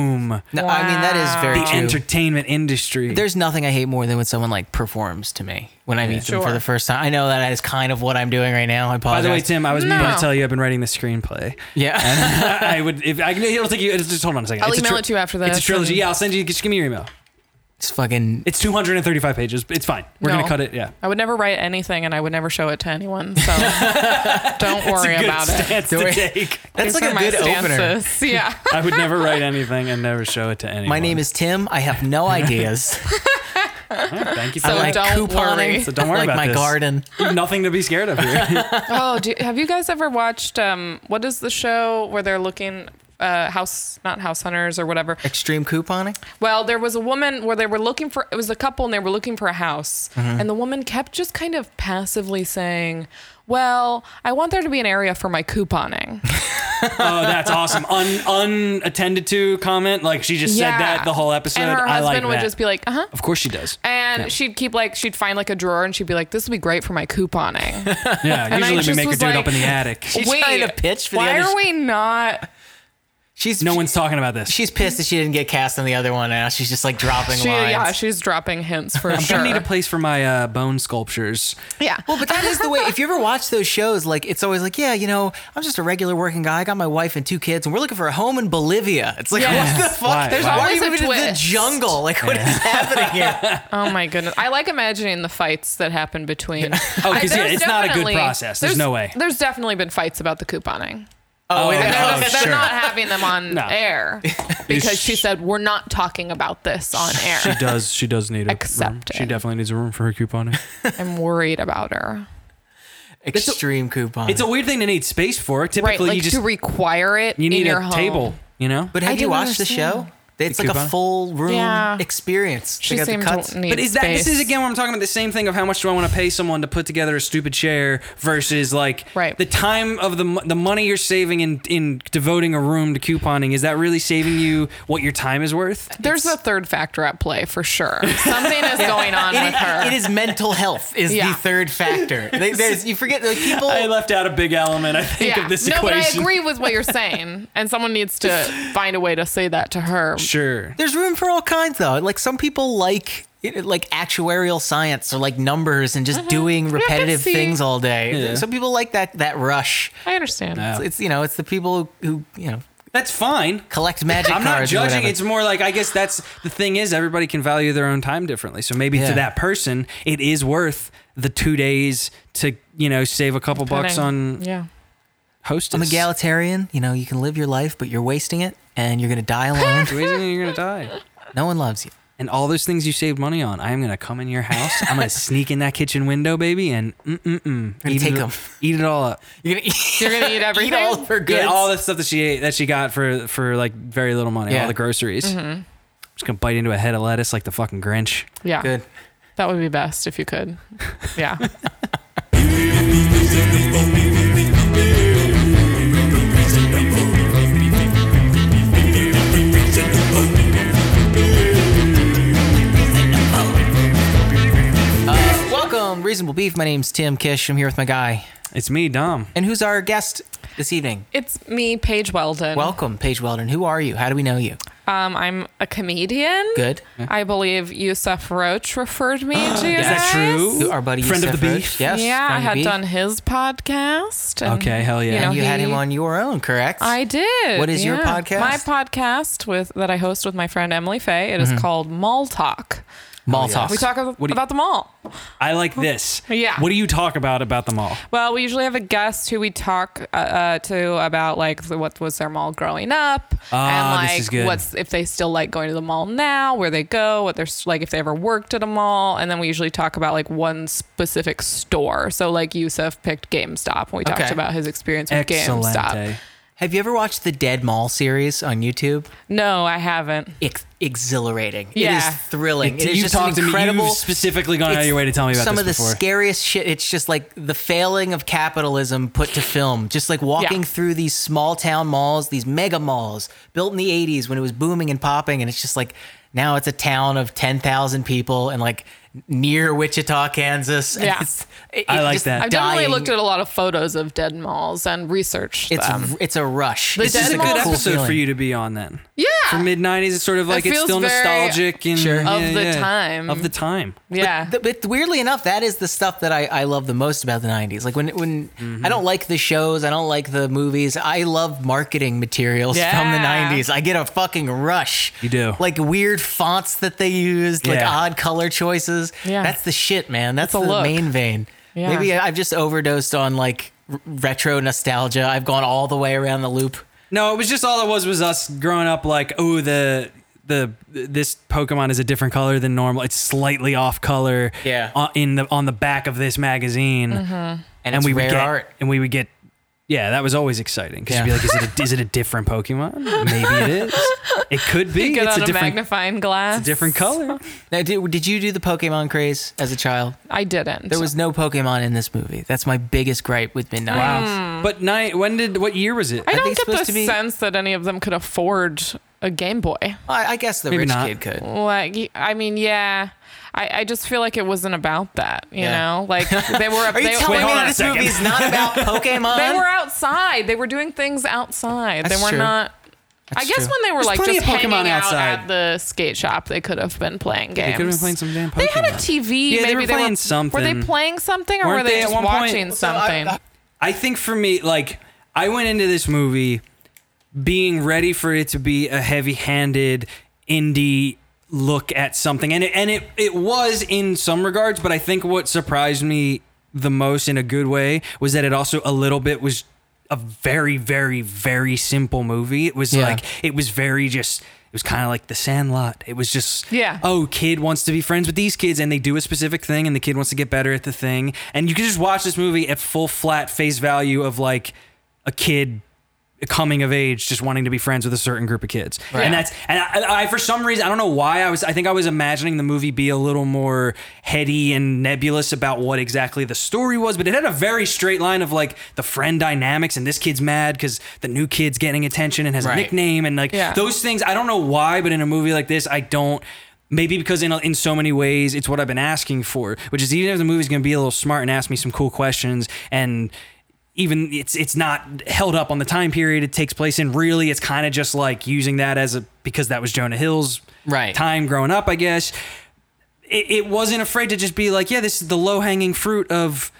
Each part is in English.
film, No, I mean that is very the true. entertainment industry. There's nothing I hate more than when someone like performs to me when I meet them for Sure. the first time. I know that is kind of what I'm doing right now. I By apologize. the way, Tim, I was meaning No. to tell you I've been writing the screenplay. yeah, I would if I can. It'll take you. Just hold on a second. I'll It's a email it to you after It's a this trilogy. and- Yeah, I'll send you. Just give me your email. it's fucking. It's 235 pages. It's fine. We're No. gonna cut it. Yeah. I would never write anything, and I would never show it to anyone. So don't worry Good about it. stance Don't to worry. take. That's These like are a my good opener. stances. Yeah. I would never write anything and never show it to anyone. My name is Tim. I have no ideas. Thank you. So for I like don't couponing. worry. So don't worry like about my this. garden. that. Nothing to be scared of here. Oh, do, have you guys ever watched um, what is the show where they're looking uh, house, not house hunters or whatever? Extreme couponing. Well, there was a woman where they were looking for it was a couple and they were looking for a house. Mm-hmm. And the woman kept just kind of passively saying, "Well, I want there to be an area for my couponing." oh, that's awesome. Un, unattended to comment. Like she just said that the whole episode. And her I husband like would that. just be like, "Uh-huh." of course she does. And she'd keep like she'd find like a drawer and she'd be like, "This would be great for my couponing." Yeah. I Usually we just make her was do it up like- in the attic. She's trying to pitch for the why other. are we not? she's No one's talking about this. She's pissed that she didn't get cast on the other one. Now she's just like dropping She, lines. yeah, she's dropping hints for I'm sure. gonna need a place for my uh, bone sculptures. yeah. Well, but that is the way. If you ever watch those shows, like it's always like, yeah, you know, I'm just a regular working guy. I got my wife and two kids, and we're looking for a home in Bolivia. It's like, Yes. what the fuck? Why? There's Why? Why are you always a moving to the twist. jungle? Like, what is happening here? Oh my goodness! I like imagining the fights that happen between. Oh, I- 'cause, yeah, there's it's not a good definitely- process. There's no way. There's definitely been fights about the couponing. Oh, wait, And they're, Oh, just- they're sure. not having them on No. air because she said we're not talking about this on She air. does. She does need a room. Accept it. She definitely needs a room for her couponing. I'm worried about her. extreme coupon. it's a weird thing to need space for. Typically, Right, like you just to require it. you need in your a home. table. You know. but I have you don't watched the show? understand. It's The like a coupon? full room Yeah. experience. She They got the seemed cuts. to need But is that this is space. again where I'm talking about the same thing of how much do I want to pay someone to put together a stupid chair versus like Right. the time of the mo- the money you're saving in in devoting a room to couponing is that really saving you what your time is worth? There's a third factor at play for sure. Something is going on It- with her. it is mental health is Yeah. the third factor. They, there's, you forget like people. I left out a big element I think yeah. of this no, but I equation. agree with what you're saying, and someone needs to find a way to say that to her. Sure. There's room for all kinds though. Like some people like it- like actuarial science or like numbers and just doing repetitive see. things all day. Yeah. Some people like that that rush. I understand. Yeah. It's, it's, you know it's the people who you know That's fine. collect magic I'm not cards. or judging. whatever. It's more like I guess that's the thing is everybody can value their own time differently. So maybe Yeah. to that person, it is worth the two days to you know save a couple bucks on yeah. hostess. I'm egalitarian. You know you can live your life, but you're wasting it and you're gonna die alone. You're gonna die. no one loves you. and all those things you saved money on, I am gonna come in your house. I'm gonna sneak in that kitchen window, baby, and mm mm mm, eat take it, 'em. eat it all up. You're gonna eat, You're gonna eat eat everything. all of her goods. Yeah, all the stuff that she ate, that she got for for like very little money, Yeah. all the groceries. Mm-hmm. I'm just gonna bite into a head of lettuce like the fucking Grinch. yeah. good. That would be best if you could. Yeah. Uh, Welcome, Reasonable Beef. My name's Tim Kish. I'm here with my guy. It's me, Dom. And who's our guest this evening? it's me, Paige Weldon. Welcome, Paige Weldon. Who are you? How do we know you? um, I'm a comedian. Good. I believe Yusuf Roach referred me to you. Is that guys. true? Our buddy friend Yusef of the Roach. beef. Yes. Yeah, I friend of had beef. done his podcast. and, Okay, hell yeah. You, know, And you had he- him on your own, correct? I did. What is your yeah. podcast? My podcast with that I host with my friend Emily Faye. It is called Mall Talk. mall yeah. talk. We talk ab- Mm-hmm. What do you- about the mall. I like this. Yeah. What do you talk about about the mall? Well, we usually have a guest who we talk uh, uh, to about like the- what was their mall growing up, Ah, and this like is good. what's if they still like going to the mall now, where they go, what they're s- like if they ever worked at a mall, and then we usually talk about like one specific store. So like Yusuf picked GameStop, and we Okay. talked about his experience with Excellent. GameStop. Have you ever watched the Dead Mall series on YouTube? No, I haven't. Ex- exhilarating. It Yeah. is thrilling. It is You've just an talked to me. incredible. You've specifically gone out of it's your way to tell me about some this of the before. scariest shit. It's just like the failing of capitalism put to film. Just like walking Yeah. through these small town malls, these mega malls built in the '80s when it was booming and popping, and it's just like now it's a town of ten thousand people, and like near Wichita, Kansas. and Yeah. it's- it- I it like just that. I've definitely dying. looked at a lot of photos of dead malls and researched It's them. it's a rush. The It's This just is a Dead good Malls- episode feeling. for you to be on then. Yeah. For mid '90s, it's sort of like it's feels still very nostalgic and Sure. yeah, Of the yeah. time. Of the time. yeah. Th- But weirdly enough, that is the stuff that I, I love the most about the '90s. Like when when I don't like the shows, I don't like the movies. I love marketing materials from the Yeah. '90s. I get a fucking rush. You do. like weird fonts that they used, like Yeah. odd color choices. Yeah. that's the shit, man. That's a the look. main vein. Yeah. Maybe I- I've just overdosed on like r- retro nostalgia. I've gone all the way around the loop. No, it was just all it was was us growing up like, oh, the the this Pokemon is a different color than normal. It's slightly off color. Yeah. On, in the on the back of this magazine, Mm-hmm. and, And, it's we rare would get, art. and we would get. Yeah, that was always exciting because you'd Yeah. be like, is it, a, is it a different Pokemon? Maybe it is. It could be. Get It's out a a, different, magnifying glass. different color. Now, did, did you do the Pokemon craze as a child? I didn't. There was no Pokemon in this movie. That's my biggest gripe with Midnight. Hmm. But night. When did? What year was it? I they don't get supposed the to be- sense that any of them could afford a Game Boy. I, I guess the Maybe rich not. kid could. Like, y- I mean, yeah. I, I just feel like it wasn't about that, you Yeah. know? Like, they were. Are you they, telling Wait, me hold on a this second. movie is not about Pokemon? They were outside. They were doing things outside. That's they were true. not. I That's guess true. when they were There's like plenty just of Pokemon hanging outside. out at the skate shop, they could have been playing They games. could have been playing some damn Pokemon. They had a TV. Yeah, they maybe were playing Were they something. playing something or Weren't were they, they at just one point- watching Well, something? I think for me, like, I went into this movie being ready for it to be a heavy-handed indie look at something, and it, and it it was in some regards. But I think what surprised me the most in a good way was that it also a little bit was a very very very simple movie. It was Yeah. like it was very just. It was kind of like The Sandlot. It was just, Yeah. Oh, kid wants to be friends with these kids, and they do a specific thing, and the kid wants to get better at the thing, and you can just watch this movie at full flat face value of like a kid coming of age just wanting to be friends with a certain group of kids and that's and I, I for some reason i don't know why i was i think i was imagining the movie be a little more heady and nebulous about what exactly the story was but it had a very straight line of like the friend dynamics and this kid's mad because the new kid's getting attention and has Right. a nickname and like Yeah. those things i don't know why but in a movie like this i don't Maybe because in, in so many ways it's what I've been asking for, which is even if the movie's gonna be a little smart and ask me some cool questions and even it's it's not held up on the time period it takes place in really it's kind of just like using that as a because that was jonah hill's Right. time growing up i guess it, it wasn't afraid to just be like yeah this is the low-hanging fruit of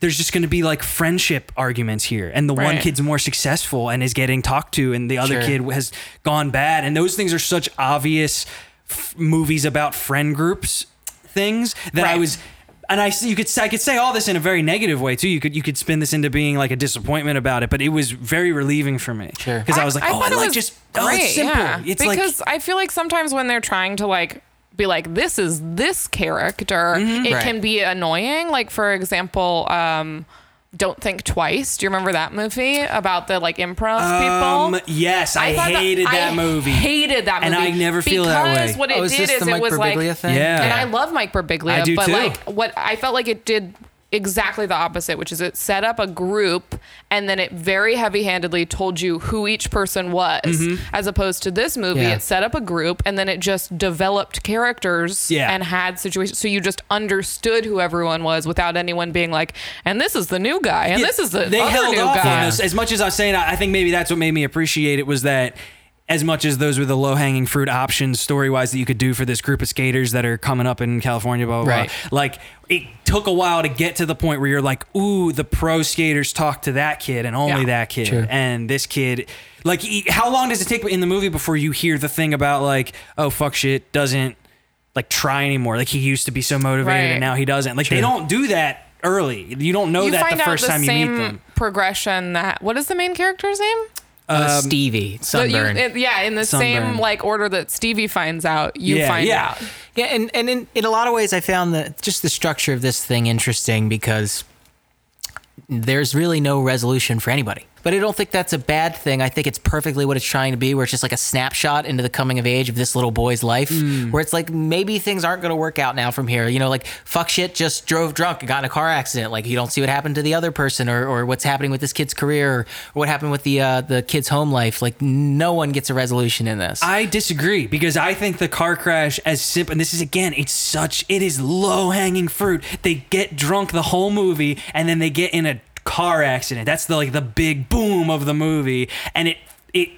there's just going to be like friendship arguments here and the one Right. kid's more successful and is getting talked to and the other Sure. kid has gone bad and those things are such obvious f- movies about friend groups things that I Right. was and I you could say- I could say all this in a very negative way too. You could you could spin this into being like a disappointment about it, but it was very relieving for me because Sure. I was like, oh, thought I it like was just oh, it's simple. It's because like I feel like sometimes when they're trying to like be like this is this character, Mm-hmm. it Right. can be annoying. Like for example, um, don't think twice. Do you remember that movie about the like improv um, people? yes, I, thought hated that, I movie. Hated that And movie. I never feel that because way. What it oh, is did this is the Mike it was like Birbiglia thing? Yeah. and I love Mike Birbiglia, I do but too. like what I felt like it did exactly the opposite, which is it set up a group and then it very heavy-handedly told you who each person was, Mm-hmm. as opposed to this movie, Yeah. it set up a group and then it just developed characters Yeah. and had situations, so you just understood who everyone was without anyone being like, and this is the new guy, and Yeah, this is the they other held new off guy. on this as much as i was saying i I think maybe that's what made me appreciate it was that as much as those were the low-hanging fruit options story-wise that you could do for this group of skaters that are coming up in california blah blah Right. blah like it took a while to get to the point where you're like ooh the pro skaters talk to that kid and only Yeah. that kid True. and this kid like e- how long does it take in the movie before you hear the thing about like oh fuck shit doesn't like try anymore like he used to be so motivated Right. and now he doesn't like they don't do that early you don't know You that find the out first the time same you meet them progression that what is the main character's name? Uh, Stevie But um, you- sunburn. it- yeah, in the Sunburn. same like order that Stevie finds out, you Yeah, find yeah. out. yeah, and and in, in a lot of ways, I found that just the structure of this thing interesting because there's really no resolution for anybody. But I don't think that's a bad thing. I think it's perfectly what it's trying to be, where it's just like a snapshot into the coming of age of this little boy's life, where it's like maybe things aren't going to work out now from here. You know, like fuck shit, just drove drunk and got in a car accident. Like you don't see what happened to the other person, or, or what's happening with this kid's career, or, what happened with the uh, the kid's home life. Like no one gets a resolution in this. I disagree because I think the car crash, as simple, and this is again, it's such, it is low hanging fruit. They get drunk the whole movie and then they get in a car accident. That's the like the big boom of the movie, and it it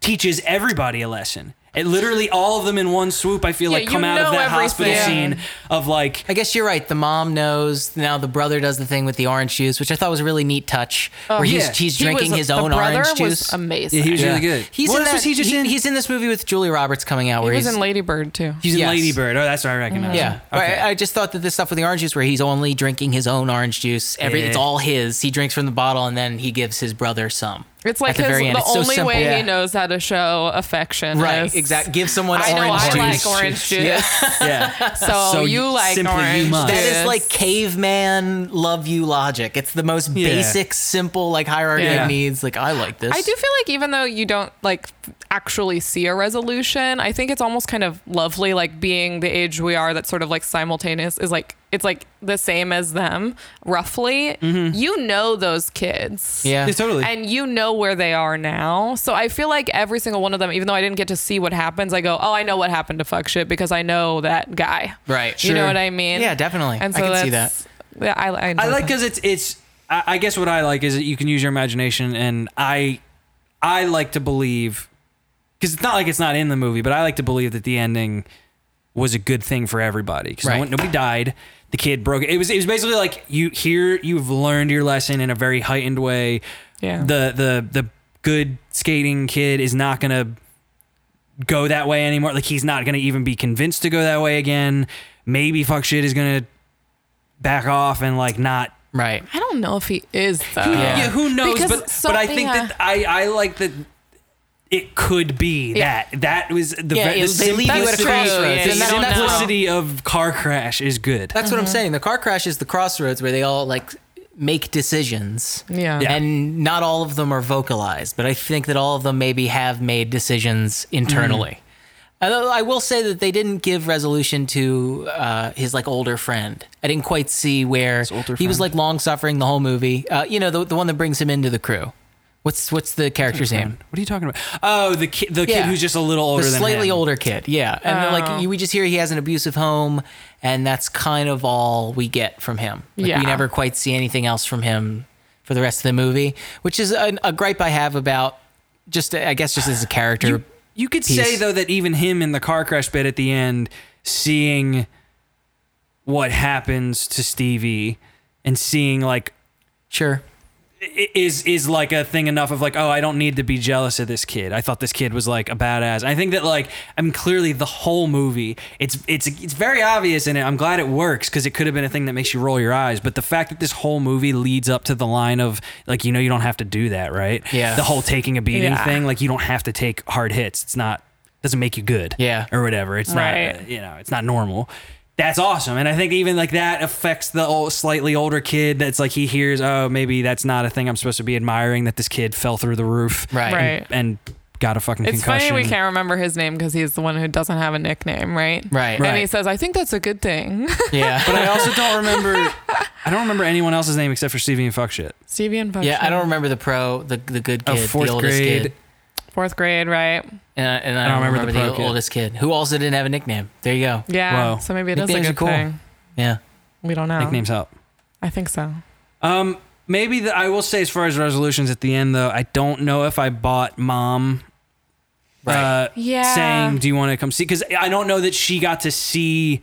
teaches everybody a lesson. It literally all of them in one swoop. I feel Yeah, like come you out of know that hospital everything. scene of like I guess you're right. The mom knows now. The brother does the thing with the orange juice, which I thought was a really neat touch. where he's yeah. he's Oh, He drinking was- his the own brother orange was juice. amazing. Yeah, he was he really good. He's Well, in this that, was he just he- in- he's in this movie with Julie Roberts coming out. Where was he's in Lady Bird too. he's in yes. Lady Bird. Oh, that's what I recognize. yeah. him. Or I, I just thought that this stuff with the orange juice, where he's only drinking his own orange juice. Every it's Yeah. all his. He drinks from the bottle and then he gives his brother some. It's like at the his, the, very end. It's so only simple. way Yeah. he knows how to show affection. Right. is- Exactly. Give someone I know orange I juice. like orange juice. yeah. So, So you you- like simply you orange must. That is juice. like caveman love you logic. It's the most Yeah. basic, simple, like hierarchy Yeah. of needs. Like I like this. I do feel like even though you don't like f- actually see a resolution, I think it's almost kind of lovely, like being the age we are. That's sort of like simultaneous is like it's like the same as them, roughly. You know those kids, Mm-hmm. Yeah. Yeah, totally. and you know where they are now. So I feel like every single one of them, even though I didn't get to see what happens, I go, oh, I know what happened to fuck shit because I know that guy. Right. You know Sure. what I mean? Yeah, definitely. And I so can see that's- Yeah, I, I, I like because it's it's. I, I guess what I like is that you can use your imagination, and I I like to believe because it's not like it's not in the movie, but I like to believe that the ending was a good thing for everybody because Right. nobody died. The kid broke. It was it was basically like you here you've learned your lesson in a very heightened way. Yeah. The the the good skating kid is not gonna go that way anymore. Like he's not gonna even be convinced to go that way again. Maybe fuck shit is gonna back off and like not uh, right. I don't know if he is though. yeah. who knows Because but so- but i think yeah. that i i like that it could be Yeah. that that was the, Yeah, ve- the it- they leave you at a simplicity, crossroads, the and that's- that's- simplicity of car crash is good That's what I'm saying. The car crash is the crossroads where they all like make decisions. Yeah. Yeah. And not all of them are vocalized, but I think that all of them maybe have made decisions internally. Although I will say that they didn't give resolution to uh, his like older friend. I didn't quite see where he older was friend? like long suffering the whole movie. Uh, you know, the, the one that brings him into the crew. What's what's the character's name? what are you talking about oh the kid the kid Yeah. who's just a little older the than slightly him. older kid yeah and then, like you, we just hear he has an abusive home and that's kind of all we get from him like, Yeah. we never quite see anything else from him for the rest of the movie which is an, a gripe i have about just i guess just as a character you, you could say piece. though that even him in the car crash bit at the end seeing what happens to stevie and seeing like sure i- is is like a thing enough of like oh I don't need to be jealous of this kid. I thought this kid was like a badass. I think that like I mean clearly the whole movie it's it's it's very obvious and I'm glad it works because it could have been a thing that makes you roll your eyes. But the fact that this whole movie leads up to the line of like you know you don't have to do that right. Yeah. The whole taking a beating Yeah. thing like you don't have to take hard hits. It's not doesn't make you good. Yeah. Or whatever. It's Right. not uh, you know it's not normal. That's awesome, and I think even like that affects the old, slightly older kid. That's like he hears, oh, maybe that's not a thing I'm supposed to be admiring. That this kid fell through the roof, Right. and, Right. and got a fucking It's concussion. funny we can't remember his name because he's the one who doesn't have a nickname, right? Right. And he Right. says, I think that's a good thing. yeah But I also don't remember. I don't remember anyone else's name except for Stevie and fuck shit. Stevie and Buck yeah i Shot. don't remember the pro the, the good Oh, kid fourth the oldest grade. kid Fourth grade, right? and I, and I don't remember, the, pro kid. oldest kid who also didn't have a nickname there you go Yeah. Whoa. So maybe it is a Nicknames are good cool. thing. yeah We don't know. Nicknames help. I think so. Um, maybe the, I will say as far as resolutions at the end though, I don't know if I bought mom. Right. Uh, Yeah. Saying, do you want to come see? Because I don't know that she got to see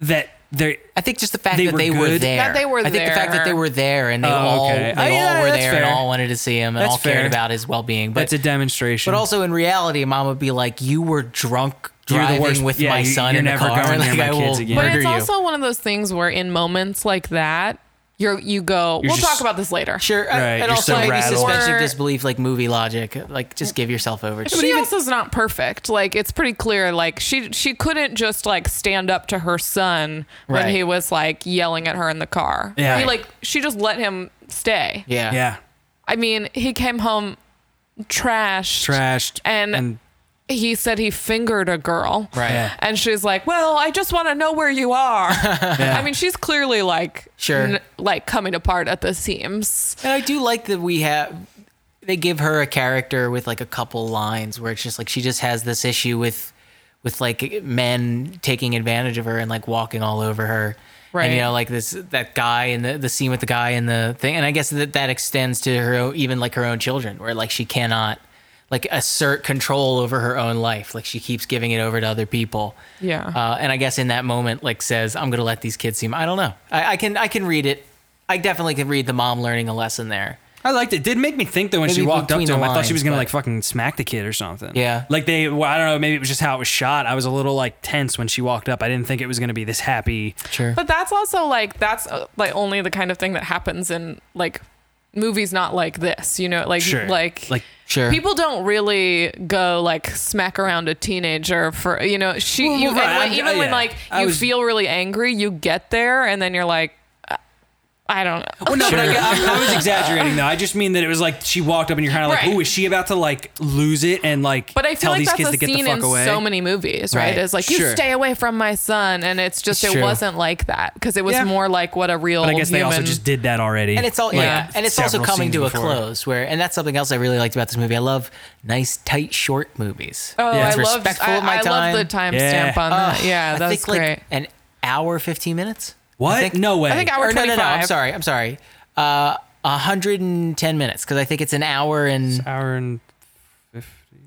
that there. I think just the fact They that were they were good? there. That they were I think the fact that there. they were there and they Oh, all okay. they Oh, yeah, all were that's there and fair. all wanted to see him and That's all cared fair. about his well being. That's But a demonstration. but also in reality, mom would be like, "You were drunk You're the driving worst- with yeah, my you- son you're in the never car. going near like, my I kids will again." But murder it's you." also one of those things where in moments like that, you're you go, You're we'll just- talk about this later. sure, Right, and you're also so maybe rattled. suspension Or- of disbelief, like movie logic, like just give yourself over. to She also's not perfect. Like it's pretty clear. Like she she couldn't just like stand up to her son Right. when he was like yelling at her in the car. Yeah. He, like she just let him stay. Yeah, yeah. I mean, he came home trashed. trashed And- He said he fingered a girl. Right. Yeah. And she's like, "Well, I just want to know where you are." yeah. I mean, she's clearly like Sure. like coming apart at the seams. And I do like that we have they give her a character with like a couple lines where it's just like she just has this issue with with like men taking advantage of her and like walking all over her. And you Right. know, like this that guy and the, the scene with the guy and the thing. And I guess that that extends to her own, even like her own children, where like she cannot like assert control over her own life. Like she keeps giving it over to other people. Yeah. Uh-huh. Uh, and I guess in that moment, like says, "I'm gonna let these kids see." My-. I don't know. I, I can I can read it. I definitely can read the mom learning a lesson there. I liked it. It Did make me think though when Maybe she walked up between to him, the I thought she was lines, gonna but- like fucking smack the kid or something. Yeah. like they. Well, I don't know. Maybe it was just how it was shot. I was a little like tense when she walked up. I didn't think it was gonna be this happy. Sure. But that's also like that's uh, like only the kind of thing that happens in like movies not like this, you know, like Sure, like like sure. people don't really go like smack around a teenager for you know she Well, you, right, and when- I'm- even when yeah. like I you was- feel really angry, you get there and then you're like uh, I don't know. Well, no, but I, I- I was exaggerating though. I just mean that it was like she walked up and you're kind of like, Right. "Ooh, is she about to like lose it and like But I feel tell like these that's kids a to get the scene fuck in away?" so many movies, right? Right. It's like Sure. you stay away from my son, and it's just It's it true. wasn't like that because it was Yeah. more like what a real. but I guess they also human- just did that already. and it's all like, yeah, and it's also several coming scenes to a before. close where, and that's something else I really liked about this movie. I love nice, tight, short movies. Oh, Yeah. I It's love respectful I, of my I time. love the timestamp Yeah. Oh, on that. Yeah, I that's think great. like an hour fifteen minutes. What? I think, no way. I think I Or no, hour no, twenty no. I'm five. sorry. I'm sorry. Uh, hundred and ten minutes because I think it's an hour and hour and fifty.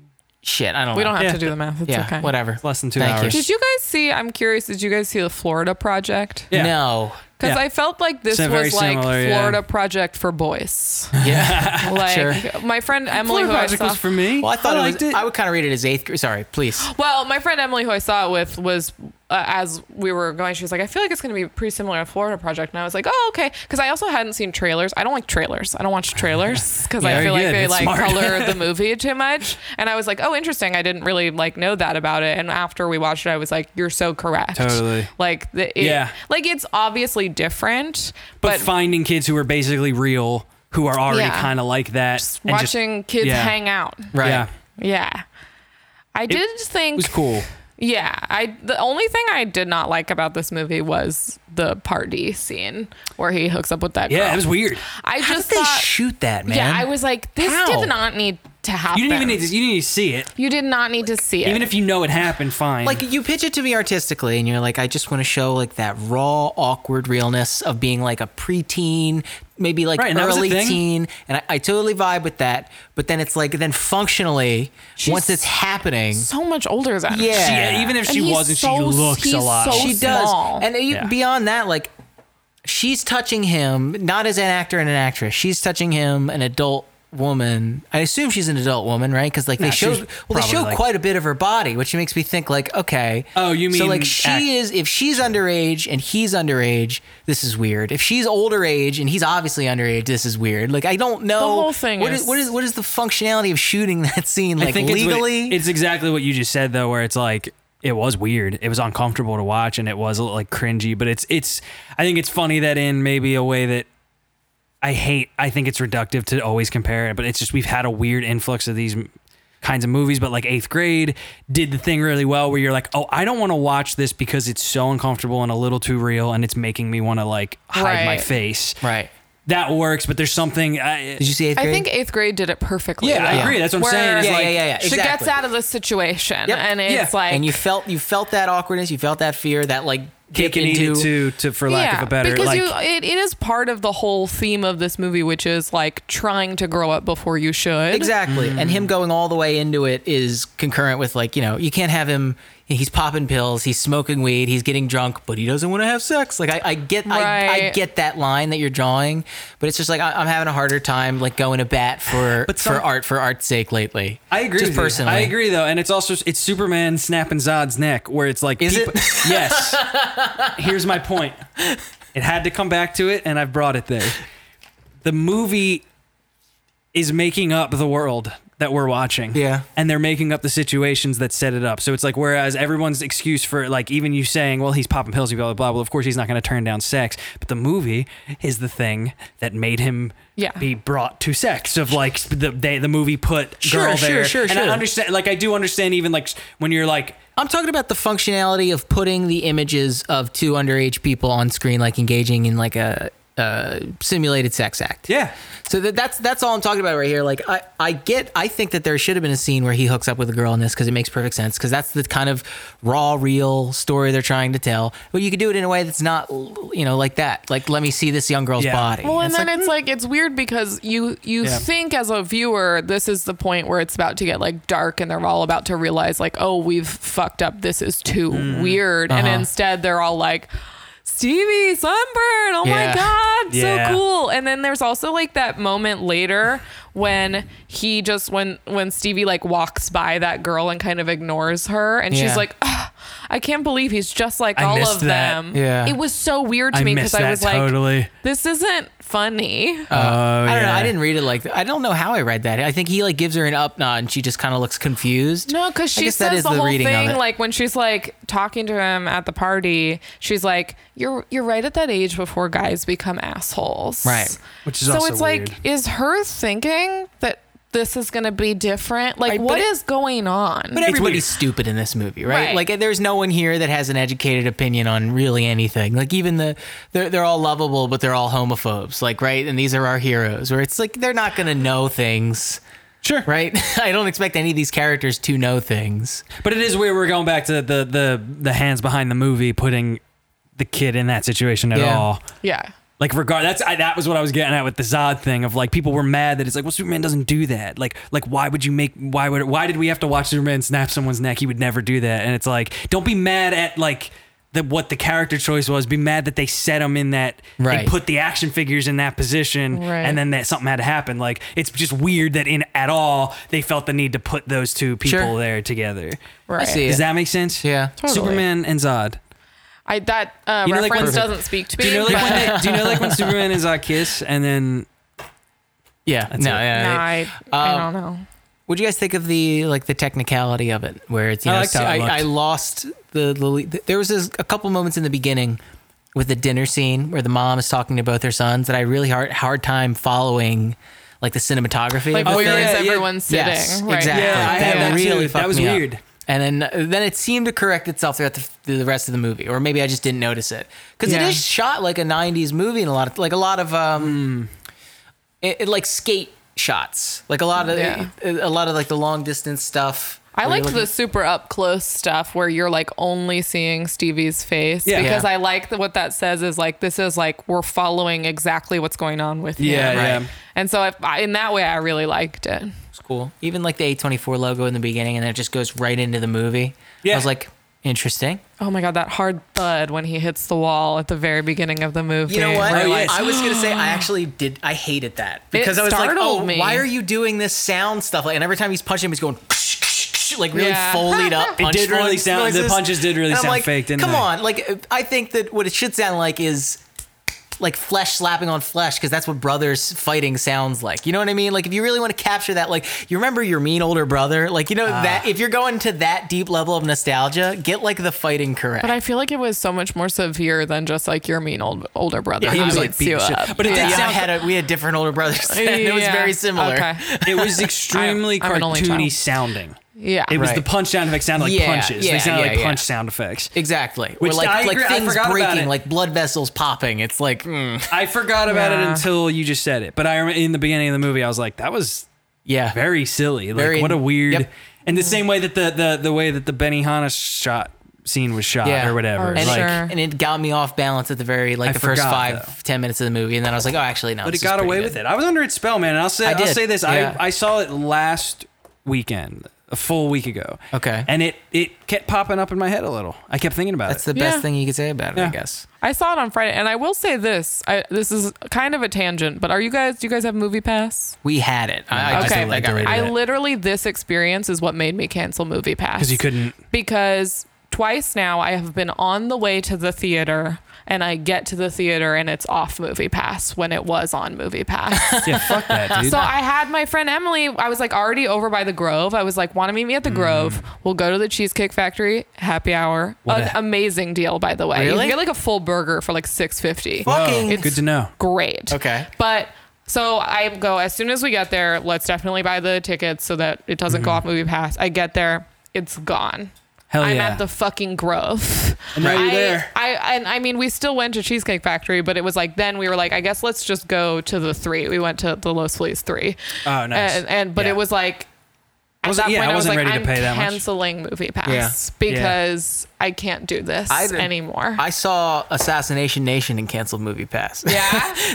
shit. I don't. We know. don't have Yeah. to do the math. It's yeah. okay. Whatever. less than two Thank hours. You. Did you guys see? I'm curious. Did you guys see the Florida Project? Yeah. No. Because Yeah. I felt like this So very was like similar, yeah. Florida Project for boys. Yeah. Like Sure. my friend Emily Florida who I Project saw. was for me. Well, I thought liked it was, I would kind of read it as eighth grade. Sorry, please. Well, my friend Emily, who I saw it with, was uh, as we were going, she was like, I feel like it's going to be pretty similar to Florida Project. And I was like, oh, okay. Because I also hadn't seen trailers. I don't like trailers. I don't watch trailers because Yeah, I feel very like good. they That's like smart. color the movie too much. And I was like, oh, interesting. I didn't really like know that about it. And after we watched it, I was like, you're so correct. Totally. Like, the, it, Yeah. like it's obviously different, but, but, finding kids who are basically real, who are already Yeah. kind of like that, and just- watching kids yeah. hang out. Right. yeah, Yeah. I did think it was cool. Yeah, I the only thing I did not like about this movie was the party scene where he hooks up with that Yeah, girl. it was weird. I How just did they thought, shoot that, man? yeah, I was like, this How? did not need to happen. You didn't even need to. You didn't need to see it. You did not need to see it. Even if you know it happened, fine. like you pitch it to me artistically, and you're like, I just want to show like that raw, awkward realness of being like a preteen, maybe like Right, and that was a early thing. teen, and I, I totally vibe with that. But then it's like, then functionally, She's once it's happening, so much older than Yeah. She- even if And she he's wasn't, so- she looks a he's lot. so she does. small. And you- Yeah. beyond that, like she's touching him not as an actor and an actress. She's touching him, an adult woman. I assume she's an adult woman, right? Because like Nah, they show, she's well, they probably, show like- quite a bit of her body, which makes me think like, okay, Oh, you so mean like she act- is if she's underage and he's underage, this is weird. If she's older age and he's obviously underage, this is weird. Like I don't know whole thing What is- what is what is the functionality of shooting that scene like it's what- legally? it's, exactly what you just said though, where it's like it was weird, it was uncomfortable to watch, and it was like cringy. But it's it's. I think it's funny that in maybe a way that I hate. I think it's reductive to always compare it, but it's just we've had a weird influx of these m- kinds of movies. But like eighth grade did the thing really well, where you're like, oh, I don't want to watch this because it's so uncomfortable and a little too real, and it's making me want to like hide my Right. face. right. That works, but there's something. uh, I, Did you see eighth I grade? think eighth grade did it perfectly. yeah, I though. agree. That's what I'm Where saying. It's Yeah, like, yeah, yeah, yeah. She gets exactly. out of the situation, Yep. and Yeah. it's like and you felt you felt that awkwardness, you felt that fear, that like dip Taken into, to to for lack of a better because like you, it, it is part of the whole theme of this movie, which is like trying to grow up before you should. exactly, Mm. and him going all the way into it is concurrent with like you know you can't have him. He's popping pills, he's smoking weed, he's getting drunk, but he doesn't want to have sex. Like I, I get, I, I Right. get that line that you're drawing, but it's just like I, I'm having a harder time like going to bat for But some- for art for art's sake lately. I agree. just with you. personally. I agree though, and it's also it's Superman snapping Zod's neck, where it's like, Is it? yes. Here's my point. It had to come back to it, and I've brought it there. The movie is making up the world that we're watching. Yeah. And they're making up the situations that set it up. So it's like, whereas everyone's excuse for, like, even you saying, well, he's popping pills, blah, blah, blah. Well, of course, he's not going to turn down sex. But the movie is the thing that made him Yeah. be brought to sex, of like, the, they, the movie put Sure, girl sure, there. sure, and I sure. understand, like, I do understand even, like, when you're like, I'm talking about the functionality of putting the images of two underage people on screen, like engaging in like a uh, simulated sex act. yeah, So that, that's that's all I'm talking about right here. Like I, I get I think that there should have been a scene where he hooks up with a girl in this because it makes perfect sense because that's the kind of raw, real story they're trying to tell. But you could do it in a way that's not you know like that. Like let me see this young girl's Yeah. body. Well, and It's then like, it's like it's weird because you you hmm. Yeah. think as a viewer this is the point where it's about to get like dark and they're all about to realize like oh we've fucked up this is too Mm. weird Uh-huh. and instead they're all like Stevie Sunburn oh Yeah. my god Yeah. so cool and then there's also like that moment later when he just when when Stevie like walks by that girl and kind of ignores her and Yeah. she's like "Ugh, I can't believe he's just like I all missed of that. them Yeah. it was so weird to I me missed because I that was like totally. this isn't funny. oh, uh, I don't know. yeah. I didn't read it like that. I don't know how I read that. I think he like gives her an up nod and she just kind of looks confused. no, because I she guess that says is the, the whole reading of thing. it. Like when she's like talking to him at the party, she's like, "You're you're right at that age before guys become assholes." Right. Which is so also it's weird. like, is her thinking that this is going to be different? Like, Right, what but it- is going on? But everybody's weird. stupid in this movie, right? Right. Like, there's no one here that has an educated opinion on really anything. Like, even the they're they're all lovable, but they're all homophobes. Like, right? And these are our heroes, where it's like they're not gonna know things, Sure. right? I don't expect any of these characters to know things. But it is weird. We're going back to the the the hands behind the movie putting the kid in that situation at Yeah. all. yeah. Like regard that's I, that was what I was getting at with the Zod thing of like people were mad that it's like well Superman doesn't do that like like why would you make why would why did we have to watch Superman snap someone's neck he would never do that and it's like don't be mad at like the what the character choice was be mad that they set him in that Right. they put the action figures in that position Right. and then that something had to happen like it's just weird that in at all they felt the need to put those two people Sure. there together Right. see it. does that make sense? Yeah. Totally. Superman and Zod. I that uh, You know, like, reference when- doesn't speak to me. Do you know like but- when they, do you know like when Superman and Zod kiss and then Yeah, no, it. yeah. Nah, yeah. I, I Um, don't know. What'd you guys think of the like the technicality of it, where it's you I know liked how it I, looked. I lost the, the lead. there was this, a couple moments in the beginning with the dinner scene where the mom is talking to both her sons that I really hard hard time following, like the cinematography. Like, of oh, the where yeah, is thing. yeah. everyone sitting? Yes, right. exactly. Yeah, I had that that really too. That fucked was me up. weird. And then then it seemed to correct itself throughout the, through the rest of the movie, or maybe I just didn't notice it because Yeah. it is shot like a '90s movie and a lot of like a lot of um, Hmm. it, it, like skate shots, like a lot of Yeah. a, lot of like the long distance stuff. I where you're liked looking- the super up close stuff where you're like only seeing Stevie's face Yeah. because Yeah. I like that what that says is like this is like we're following exactly what's going on with Yeah, him. yeah. And so I, I, in that way, I really liked it. It's cool. Even like the A24 logo in the beginning, and then it just goes right into the movie. Yeah. I was like, interesting. Oh my god, that hard thud when he hits the wall at the very beginning of the movie. You know what? Oh, yes. I was gonna say I actually did. I hated that because It I was like, startled "Oh, me. why are you doing this sound stuff?" Like, and every time he's punching him, he's going like really Yeah. folied up. punch did really noise- sound- the noises. punches did really And I'm sound like, fake, didn't Come they? on, like I think that what it should sound like is like flesh slapping on flesh because that's what brothers fighting sounds like. You know what I mean? Like if you really want to capture that, like you remember your mean older brother, like you know Ah. that if you're going to that deep level of nostalgia, get like the fighting correct. But I feel like it was so much more severe than just like your mean old older brother. he who was, like, beats beating you the shit- up. but it did yeah, sound- I had a, we had different older brothers. And it was Yeah. very similar. Okay. it was extremely I'm an only cartoony child. sounding. Yeah. It was Right. the punch sound effects sounded like Yeah, punches. yeah, they sounded yeah, like yeah. punch sound effects. Exactly. Which or like I like agree- I things forgot about breaking, it. Hmm. like blood vessels popping. It's like mm, I forgot about it Yeah. until you just said it. But I rem- in the beginning of the movie I was like that was yeah, very silly. Like Very- what a weird yep. and the same way that the the the way that the Benihana shot scene was shot yeah Oh, or whatever. And, like it, sure. and it got me off balance at the very like I the first forgot, five though. ten minutes of the movie, and then I was like, oh, actually no. but it got away with it. I was under its spell, man. And I'll say, I I will did, say this: yeah. I, I saw it last weekend, a full week ago. Okay. and it it kept popping up in my head a little. I kept thinking about That's it. the best Yeah. thing you could say about it, I Yeah. guess. I saw it on Friday, and I will say this: I, this is kind of a tangent, but are you guys? Do you guys have Movie Pass? We had it. I, I just Okay. think I got rid of I it. literally this experience is what made me cancel Movie Pass Because you couldn't. because twice now I have been on the way to the theater and I get to the theater and it's off Movie Pass when it was on Movie Pass. Yeah, fuck that, dude. So I had my friend Emily. I was like already over by the Grove. I was like, "Want to meet me at the Mm. Grove? We'll go to the Cheesecake Factory happy hour. What An a- amazing deal, by the way. You Really? can get like a full burger for like six fifty. Fucking- Good to know. Great. Okay. But so I go as soon as we get there. Let's definitely buy the tickets so that it doesn't go off Movie Pass. I get there, it's gone. Mm-hmm. Hell I'm yeah. at the fucking Grove. And now you're I, there. I and I mean, we still went to Cheesecake Factory, but it was like then we were like, I guess let's just go to the three. We went to the Los Feliz three. Oh, nice. And, and but Yeah. it was like at Wasn't- that yeah, point I I was wasn't like, ready I'm to pay that much. canceling Movie Pass because I can't do this I did- anymore. I saw Assassination Nation and canceled Movie Pass. yeah.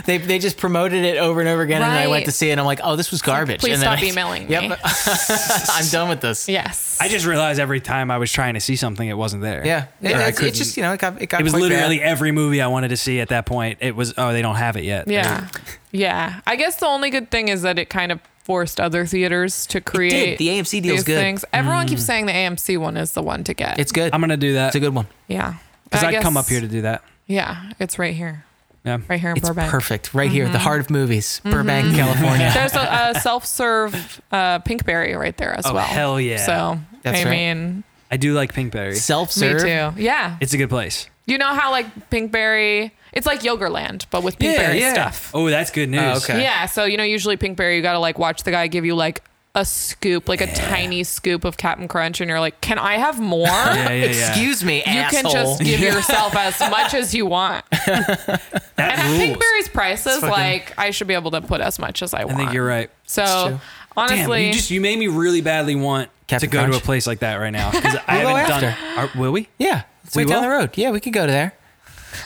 they, they just promoted it over and over again, and I went Right. to see it. and I'm like, oh, this was garbage. Please and then stop I- emailing me. Yep, I'm done with this. Yeah, Yes. I just realized every time I was trying to see something, it wasn't there. It- Or I it's, couldn't- it's just you know, it got it got. It was quite literally bad. every movie I wanted to see at that point. It was oh they don't have it yet. Yeah. Yeah. I guess the only good thing is that it kind of forced other theaters to create The AMC deal's these good. things. Everyone keeps saying the AMC one is the one to get. It's good. I'm gonna do that it's a good one. yeah. because I I'd come guess- up here to do that. Yeah, it's right here. Yeah. Right here in It's Burbank. Mm-hmm. perfect, right here, the heart of movies, Burbank, California. There's a, a self-serve uh, Pinkberry right there as Oh, well. hell yeah. So That's I right. mean, I do like Pinkberry. Self serve. me too. Yeah. It's a good place. you know how like Pinkberry, it's like Yogurtland, but with Pinkberry stuff. Oh, that's good news. Oh, okay. Yeah. So, you know, usually Pinkberry, you got to like watch the guy give you like a scoop, like a tiny scoop of Captain Crunch, and you're like, can I have more? Yeah, yeah, yeah. Excuse me, You asshole. can just give yourself as much as you want. that And rules. Pinkberry's price is fucking- like, I should be able to put as much as I I want. think you're right. So, true. honestly, Damn, you just you made me really badly want Captain to go to Crunch. a place like that right now because I We'll go haven't done. Are, will we? yeah, it's We right down will? the road. Yeah, we could go to there.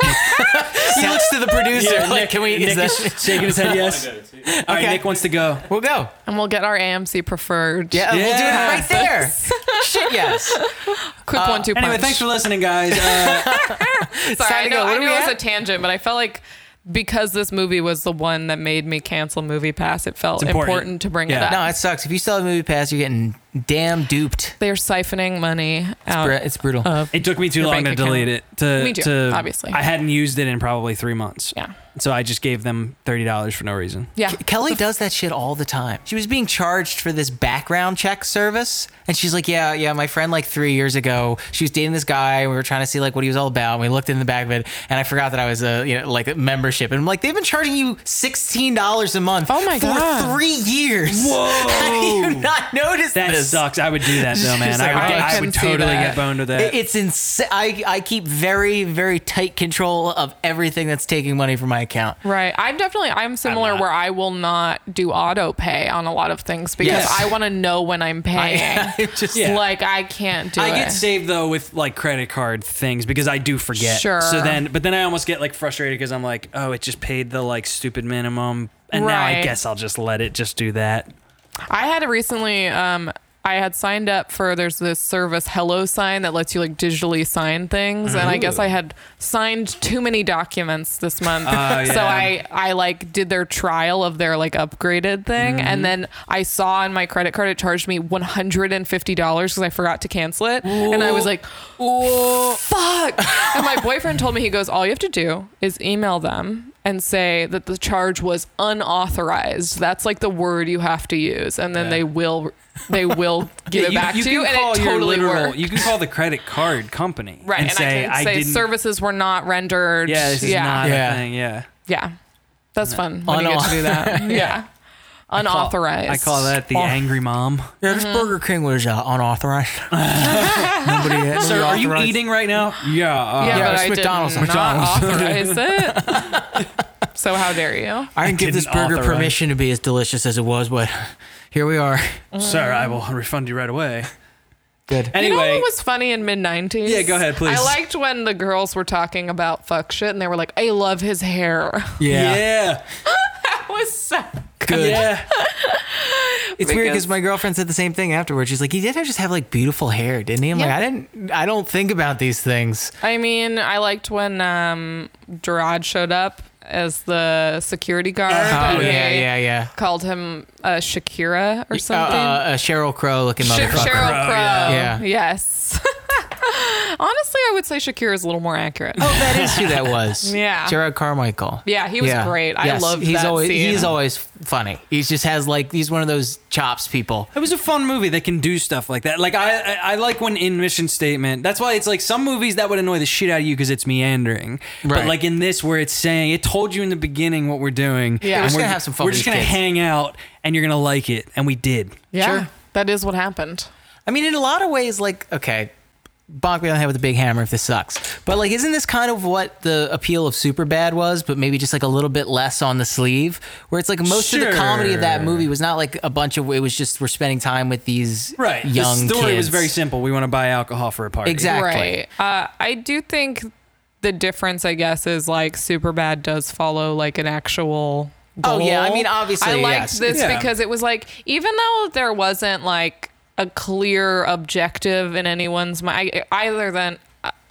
he looks to the producer. like, can we? Nick Is that, is shaking his head yes. All right, Okay. Nick wants to go. we'll go. and we'll get our AMC preferred. Yeah, we'll do Yeah. it right there. Shit, yes. Quick one, two punch. Anyway, thanks for listening, guys. Uh, time Sorry, I to go. know, What I are we know it was at? a tangent, but I felt like because this movie was the one that made me cancel Movie Pass, it felt It's important. important. to bring Yeah. it up. No, it sucks. If you still have a movie pass, you're getting damn duped. They're siphoning money out. Bru- It's brutal. of It took me too your long to bank delete it. account. To, Me too, to- obviously. I hadn't used it in probably three months. Yeah. So I just gave them thirty dollars for no reason. yeah. Ke- Kelly does that shit all the time. She was being charged for this background check service, and she's like, "Yeah, yeah, my friend like three years ago, she was dating this guy, and we were trying to see like what he was all about. And we looked in the back of it, and I forgot that I was a you know, like a membership, and I'm like, they've been charging you sixteen dollars a month, Oh my for God. three years. How do you not notice That this? sucks. I would do that though, man. She's I like, would, "Oh, I I couldn't would see totally that." get boned with that. It- It's insane. I, I keep very, very tight control of everything that's taking money from my account. Right. I'm definitely I'm similar not. where I will not do auto pay on a lot of things because Yes. I want to know when I'm paying. I'm just Yeah. Like I can't do I it. get saved though with like credit card things because I do forget. Sure. So then, but then I almost get like frustrated because I'm like, oh, it just paid the like stupid minimum, and now I Right. guess I'll just let it just do that. I had it recently. Um, I had signed up for there's this service Hello Sign that lets you like digitally sign things, and I guess I had signed too many documents this month, Oh, so yeah. I I like did their trial of their like upgraded thing, Mm-hmm. and then I saw on my credit card it charged me one hundred and fifty dollars because I forgot to cancel it, and I was like, fuck. and my boyfriend told me he goes, all you have to do is email them and say that the charge was unauthorized. That's like the word you have to use, and then Yeah. they will they will give it back to you, and it totally worked. You can call the credit card company, Right, And, and, say I can say didn't. services were not rendered. yeah, this is yeah, not Yeah. a thing. Yeah. yeah. That's fun when you get to Unau- do that. yeah. Call- unauthorized. I call that the Oh. angry mom. Yeah, this Burger King was uh, unauthorized. Nobody, Sir, are you eating right now? Yeah. Uh, Yeah, Yeah, but it's I McDonald's. did not authorize it. so how dare you? I didn't give this didn't burger authorize. permission to be as delicious as it was, but here we are. Sir, I will refund you right away. Good. Anyway, Mm-hmm. you know what was funny in mid nineties? Yeah, go ahead, please. I liked when the girls were talking about fuck shit, and they were like, "I love his hair." yeah. Yeah. that was so. Good. Yeah. It's weird Because- because my girlfriend said the same thing afterwards. She's like, "He did have- just have like beautiful hair, didn't he?" I'm like, Yeah. "I didn't. I don't think about these things." I mean, I liked when um, Gerard showed up as the security guard. Oh and yeah, they yeah, yeah. Called him uh, Shakira or Uh, something. uh, a Cheryl Crow looking Sh- motherfucker. Cheryl Crow. Yeah. Yes. Honestly, I would say Shakira is a little more accurate. Oh, that is who that was. Yeah. Gerard Carmichael. Yeah, he was great. I loved he's that always, scene. He's always funny. He just has like he's one of those chops people. It was a fun movie that can do stuff like that. Like I, I, I like when in mission statement. That's why it's like some movies that would annoy the shit out of you because it's meandering. But Right. like in this, where it's saying it told you in the beginning what we're doing. Yeah. We're and just gonna have some fun We're with just these gonna kids. hang out, and you're gonna like it, and we did. yeah, Sure. that is what happened. I mean, in a lot of ways, like okay, bonk me on the head with a big hammer if this sucks. But like, isn't this kind of what the appeal of Superbad was? But maybe just like a little bit less on the sleeve, where it's like most of the comedy of that Sure. movie was not like a bunch of. It was just we're spending time with these Right. young the story kids. was very simple. We want to buy alcohol for a party. Exactly. Right. Uh, I do think the difference, I guess, is like Superbad does follow like an actual. Oh, yeah. I goal. mean, obviously, I liked yes. this Yeah. because it was like even though there wasn't like a clear objective in anyone's mind, either than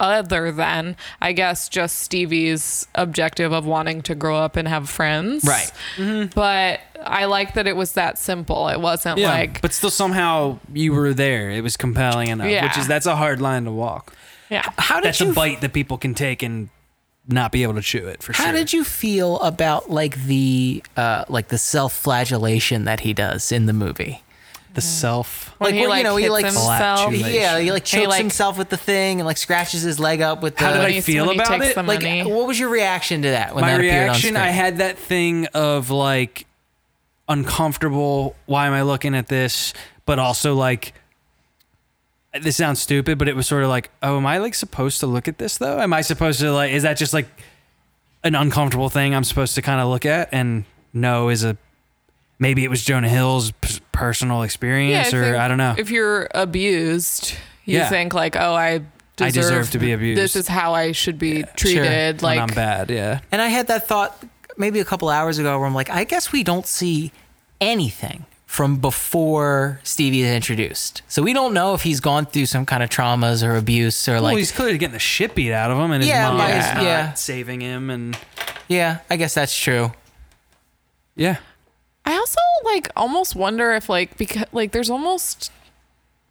other than I guess just Stevie's objective of wanting to grow up and have friends, Right. Mm-hmm. But I like that it was that simple. It wasn't Yeah, like but still somehow you were there. It was compelling enough, Yeah. which is that's a hard line to walk. yeah. How did That's you a bite that people can take and not be able to chew it for How sure. did you feel about like the uh like the self-flagellation that he does in the movie? the self? When Like, he, well, you like know, he hits likes- himself. Flatulate. Yeah, he like He, chokes like- himself with the thing and like scratches his leg up with the. How did When I "Oh, he's- feel when he about takes it? the like, money. what was your reaction to that when my that appeared on reaction screen? i had that thing of like uncomfortable why am i looking at this but also like this sounds stupid but it was sort of like oh am i like supposed to look at this though am i supposed to like is that just like an uncomfortable thing i'm supposed to kind of look at and no is a maybe it was jonah hill's p- personal experience I or think i don't know If you're abused, you Yeah. think like, oh, I deserve, I deserve to be abused. This is how I should be Sure. treated. when Like, i'm bad yeah and I had that thought maybe a couple hours ago where I'm like, I guess we don't see anything from before Stevie is introduced, so we don't know if he's gone through some kind of traumas or abuse or like. well he's clearly getting the shit beat out of him and his Yeah, mom by is his- not yeah. saving him and yeah, I guess that's true. yeah I also like almost wonder if like because like there's almost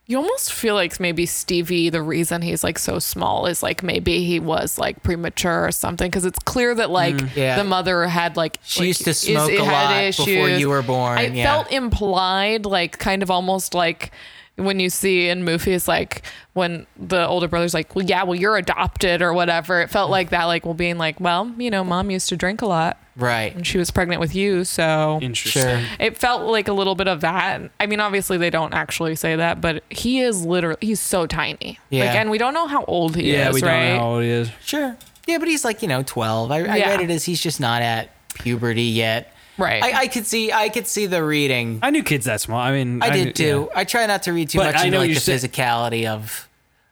you almost feel like maybe Stevie the reason he's like so small is like maybe he was like premature or something because it's clear that like Mm, Yeah. the mother had like She like, used to is- smoke a had lot before you were born, I yeah. felt implied like kind of almost like when you see in movies like when the older brother's like well yeah well you're adopted or whatever it felt like that like well being like well you know mom used to drink a lot Right. and she was pregnant with you so interesting Sure. it felt like a little bit of that. I mean, obviously they don't actually say that, but he is literally he's so tiny. Yeah. Like, and we don't know how old he Yeah, is, we don't right? know how old he is. Sure. Yeah, but he's like, you know, 12. I, I Yeah. read it as he's just not at puberty yet. Right. I, I could see I could see the reading. I knew kids that small. I mean, I, knew- did too. I try not to read too But much I into know like you the said- physicality of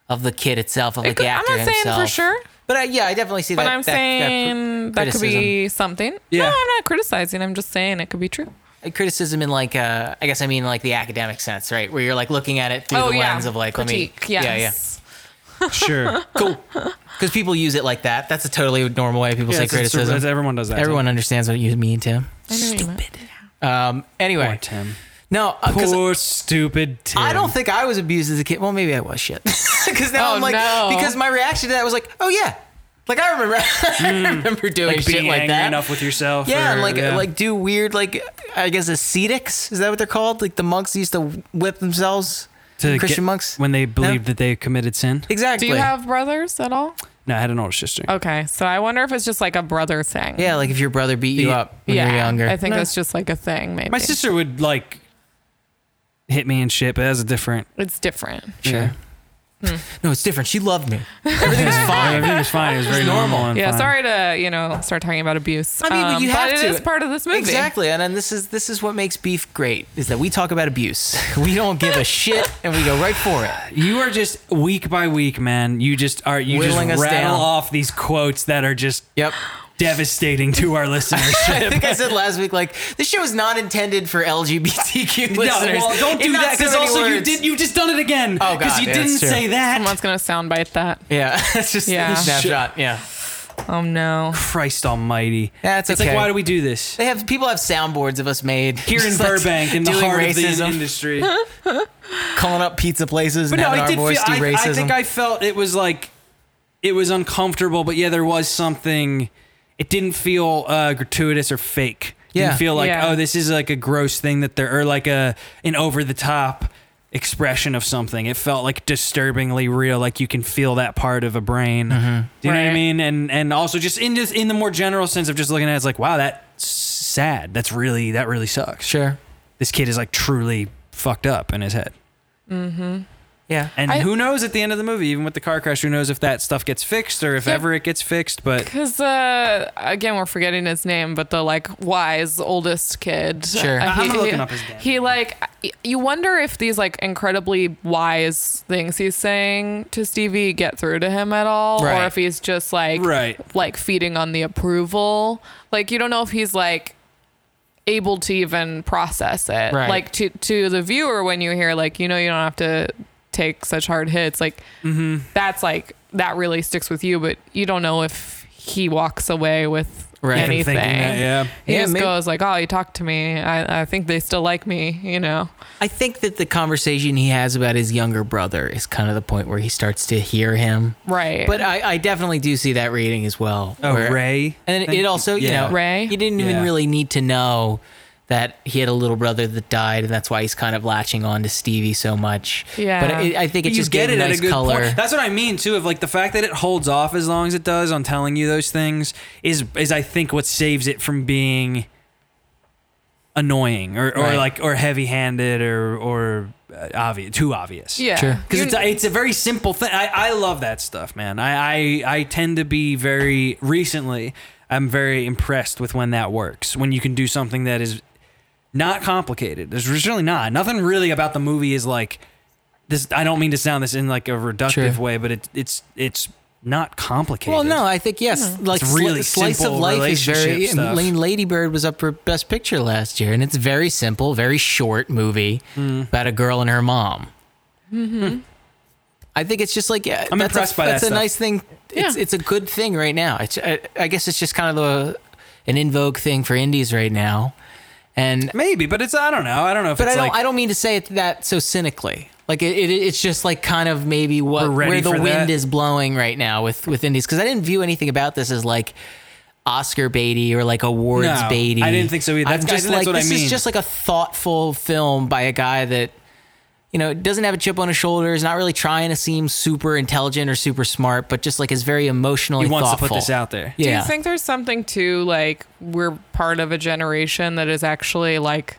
of the kid itself, of like could- the I'm actor not saying for himself. sure. But I, yeah, I definitely see but that. I'm that- that cr- saying that, could criticism. be something. Yeah. No, I'm not criticizing. I'm just saying it could be true. criticism in like uh, I guess I mean like the academic sense, right? Where you're like looking at it through oh the yeah. lens of like Critique, let me yes. Sure. yeah yeah cool because people use it like that. That's a totally normal way people Yeah, say it's- it's- criticism. it's- everyone does that. Everyone understands what you mean, Tim. I know what you meant. Um, anyway, Poor Tim. no, uh, 'cause- Poor stupid Tim. I don't think I was abused as a kid. Well, maybe I was shit. Because now Oh, I'm like, no. because my reaction to that was like, oh yeah, like I remember, I remember doing Hmm. like shit being like angry that. enough with yourself. yeah, and or- like like do weird like I guess ascetics is that what they're called? Like the monks used to whip themselves, To Christian get- monks when they No? believed that they committed sin. exactly. Do you have brothers at all? No, I had an older sister. Okay, so I wonder if it's just like a brother thing. Yeah, like if your brother beat you Yeah. up when you were younger. I think No. that's just like a thing. Maybe My sister would like hit me and shit, but that's a different. It's different. Yeah. no, it's different. She loved me. Everything was fine. Everything was fine. It was very normal. and Yeah, fine. sorry to you know start talking about abuse. Um, I mean, Um, but you have but to. it is part of this movie. Exactly, and, and this is this is what makes beef great is that we talk about abuse. We don't give a shit, and we go right for it. You are just week by week, man. You just are. You Whittling us just rattle down. off these quotes that are just Yep. devastating to our listenership. I think I said last week, like this show is not intended for LGBTQ listeners. No, well, don't In do not that so because many also you words. did you just done it again. Oh, God, you yeah, didn't that's true. say that. Someone's gonna soundbite that. Yeah, it's just Yeah. a snapshot. Yeah, Oh no. Christ Almighty. That's it's okay. like why do we do this They have people have soundboards of us made here in just, like, Burbank in the doing heart of the racism, industry? calling up pizza places and having our voice do I, racism. I think I felt it was like it was uncomfortable, but yeah, there was something. It didn't feel uh, gratuitous or fake. Yeah. Didn't feel like Yeah. oh, this is like a gross thing that there or like a an over the top expression of something. It felt like disturbingly real. Like you can feel that part of a brain. Mm-hmm. Do you know what I Right. mean? And and also just in just in the more general sense of just looking at it, it's like wow, that's sad. That's really that really sucks. sure. This kid is like truly fucked up in his head. Yeah. And I- who knows at the end of the movie, even with the car crash, who knows if that stuff gets fixed or if Yep. ever it gets fixed. But Because uh, again, we're forgetting his name, but the like wise oldest kid. Sure. Uh, I'm he- gonna look he- him up as Dan. He like, y- you wonder if these like incredibly wise things he's saying to Stevie get through to him at all, Right. or if he's just like, Right. like feeding on the approval. Like you don't know if he's like able to even process it. Right. Like to to the viewer when you hear like you know you don't have to take such hard hits like that's like that really sticks with you but you don't know if he walks away with Right. Him anything thinking that, yeah. he Yeah, just may- goes like oh he talked to me I, I think they still like me you know I think that the conversation he has about his younger brother is kind of the point where he starts to hear him. right But I, I definitely do see that reading as well. Oh, where- Ray. And Thank it also, you Yeah. know, Ray? he didn't even Yeah. really need to know that he had a little brother that died, and that's why he's kind of latching on to Stevie so much. Yeah. But it, I think it you just gave him nice color. That's what I mean too. Of like the fact that it holds off as long as it does on telling you those things is is I think what saves it from being annoying or, or Right. like or heavy handed or or uh, obvious too obvious. yeah Sure. because You- it's, it's a very simple thing. I, I love that stuff, man. I, I I tend to be very recently. I'm very impressed with when that works. When you can do something that is not complicated. There's really not nothing really about the movie is like this. I don't mean to sound this in like a reductive Sure. way, but it, it's it's not complicated. Well, no, I think yes, like It's sli- really slice of simple life is very. relationship stuff. I mean, Lady Bird was up for Best Picture last year, and it's very simple, very short movie Hmm. about a girl and her mom. Mm-hmm. I think it's just like yeah, I'm that's impressed a, by that That's a stuff. nice thing. It's Yeah. it's a good thing right now. It's, I, I guess it's just kind of the an in vogue thing for indies right now, and maybe, but it's I don't know. I don't know if but I it's don't like I don't mean to say it that so cynically. Like it, it it's just like kind of maybe what We're ready where the for wind that. is blowing right now with with indies because I didn't view anything about this as like Oscar baity or like awards No, baity. I didn't think so either. I'm That's- I just think that's like what I this mean. is just like a thoughtful film by a guy that you know doesn't have a chip on his shoulder, is not really trying to seem super intelligent or super smart, but just like is very emotionally he wants thoughtful. to put this out there. do Yeah. you think there's something to like we're part of a generation that is actually like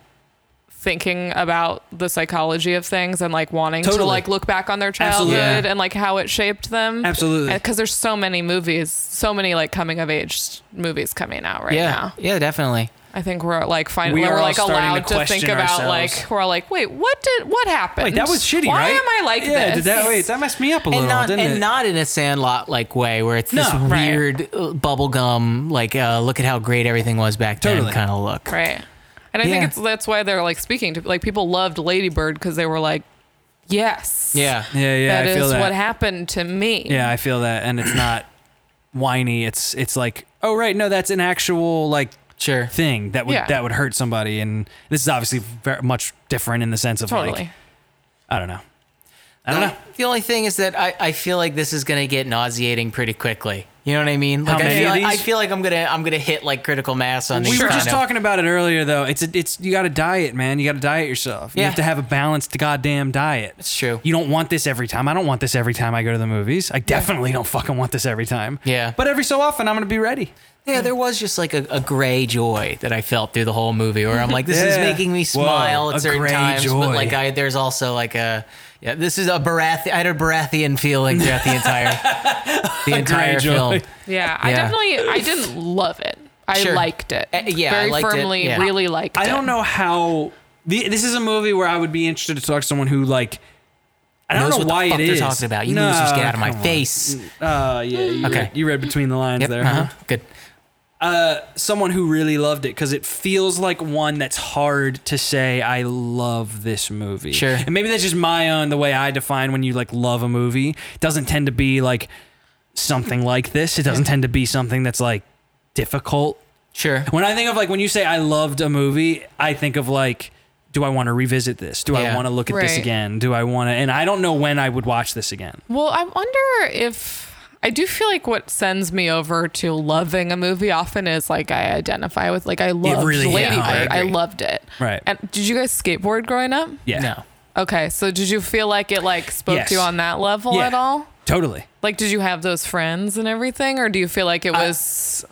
thinking about the psychology of things and like wanting to Totally. like look back on their Absolutely. childhood Yeah. and like how it shaped them Absolutely. because there's so many movies so many like coming of age movies coming out right yeah, now yeah, definitely. i think we're like finally We we are are all like starting to allowed to, question think about ourselves. like we're all like wait what did what happened Wait, that was shitty, why right? am i like yeah, this Did that, wait, that messed me up a little, and not didn't and it? not in a sandlot like way where it's this No. Right. weird uh, bubblegum like uh, look at how great everything was back Totally. then kind of look. Right. And I Yeah. think it's that's why they're like speaking to like people loved Ladybird because they were like, yes, Yeah. yeah, yeah. that I is feel that. what happened to me. Yeah, I feel that, and it's not whiny. It's it's like, oh right, no, that's an actual like Sure. thing that would Yeah. that would hurt somebody, and this is obviously very much different in the sense of like, totally. I don't know, I don't know. The only thing is that I, I feel like this is gonna get nauseating pretty quickly. You know what I mean? Like I many feel of like, I these? feel like I'm gonna I'm gonna hit like critical mass on these. We were kind just of- talking about it earlier, though. It's a, it's you got to diet, man. You got to diet yourself. You Yeah. have to have a balanced goddamn diet. It's true. You don't want this every time. I don't want this every time I go to the movies. I definitely don't fucking want this every time. Yeah. But every so often, I'm gonna be ready. Yeah, there was just like a, a gray joy that I felt through the whole movie, where I'm like, this is Yeah. making me Whoa, smile a at certain gray times, joy. but like I, there's also like a, yeah, this is a Barath. I had a Baratheon feeling throughout the entire, the entire joy. film. Yeah. I Yeah. definitely I didn't love it. I Sure. liked it. Eh, Uh, yeah, I Very liked it, firmly, yeah. really liked I it. don't know how. The, this is a movie where I would be interested to talk to someone who like. I don't Knows know what why the fuck it they're is. talking about. You No, losers, get out of my come on. face. Uh, yeah. You Okay. Read, you read between the lines Yep, there. uh-huh, huh? Uh, Good. Someone who really loved it because it feels like one that's hard to say. I love this movie. Sure. And maybe that's just my own the way I define when you like love a movie. It doesn't tend to be like something like this. It doesn't tend to be something that's like difficult. Sure. When I think of like when you say I loved a movie, I think of like do I want to revisit this? Do I Yeah. want to look at this Right. again? Do I want to and I don't know when I would watch this again. Well, I wonder if I do feel like what sends me over to loving a movie often is like I identify with like I loved really- yeah, Lady I Bird. I, agree. loved it. Right. And did you guys skateboard growing up? Yeah. No. Okay, so did you feel like it like spoke Yes. to you on that level Yeah. at all? Totally. Like, did you have those friends and everything, or do you feel like it Uh, was?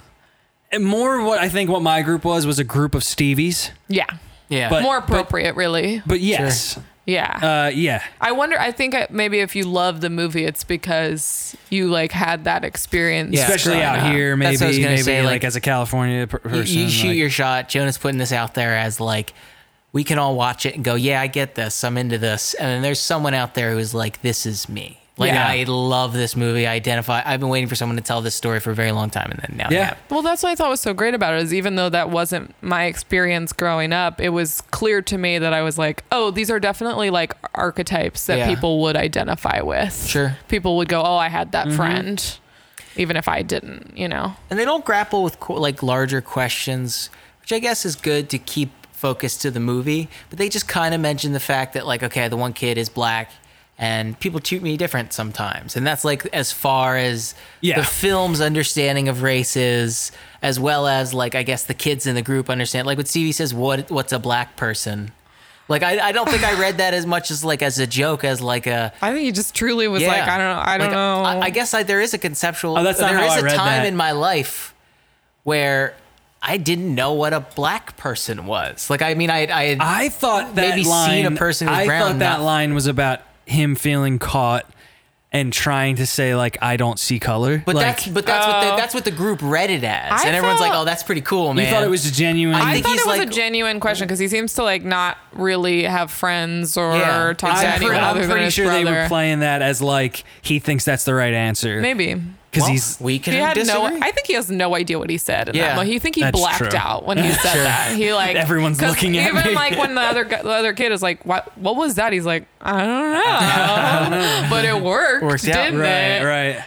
And more what I think what my group was was a group of Stevies. yeah, Yeah. But- more appropriate, really. But yes. Yeah, Uh yeah. I wonder. I think I- maybe if you love the movie, it's because you like had that experience, Yeah. Especially growing out up. here, maybe That's what I was gonna maybe say, like, like, as a California per- you, person. you shoot like- your shot. Jonah's putting this out there as like, we can all watch it and go, yeah, I get this. I'm into this. And then there's someone out there who's like, this is me. Like, Yeah. I love this movie. I identify. I've been waiting for someone to tell this story for a very long time. And then now, they Yeah. have. Well, that's what I thought was so great about it is even though that wasn't my experience growing up, it was clear to me that I was like, oh, these are definitely like archetypes that Yeah. people would identify with. Sure. Mm-hmm. People would go, oh, I had that friend, even if I didn't, you know? and they don't grapple with qu- like larger questions, which I guess is good to keep focus to the movie. But they just kind of mention the fact that like, okay, the one kid is black, and people treat me different sometimes, and that's like as far as Yeah. the film's understanding of race is, as well as like I guess the kids in the group understand. Like when Stevie says, "What what's a black person?" Like I, I don't think I read that as much as like as a joke as like a I think he just truly was yeah. like, I don't know. I don't Like, know. I, I guess I, there is a conceptual. Oh, that's not there how is I a read time that. in my life where I didn't know what a black person was. Like, I mean, I, I, I thought that Maybe line, seeing a person who's I brown, thought that not- line was about him feeling caught and trying to say like I don't see color. but like, that's, but that's what the, Oh. that's what the group read it as, I and everyone's like, felt- "Oh, that's pretty cool, you man." thought it was genuine. I I think thought he's it was like- a genuine question because he seems to like not really have friends or Yeah, talk I'm, to exactly. pre- anyone I'm other than pretty his sure they were brother. playing that as like he thinks that's the right answer Maybe because Well, he's we can Oh, he had no. disagree. I think he has no idea what he said. In Yeah. that moment. he think he That's blacked true. out when he said that. He like Everyone's 'cause looking at even me. like when the other gu- the other kid is like, "What? What was that?" He's like, "I don't know," but it worked, Worked out, didn't right, it? right.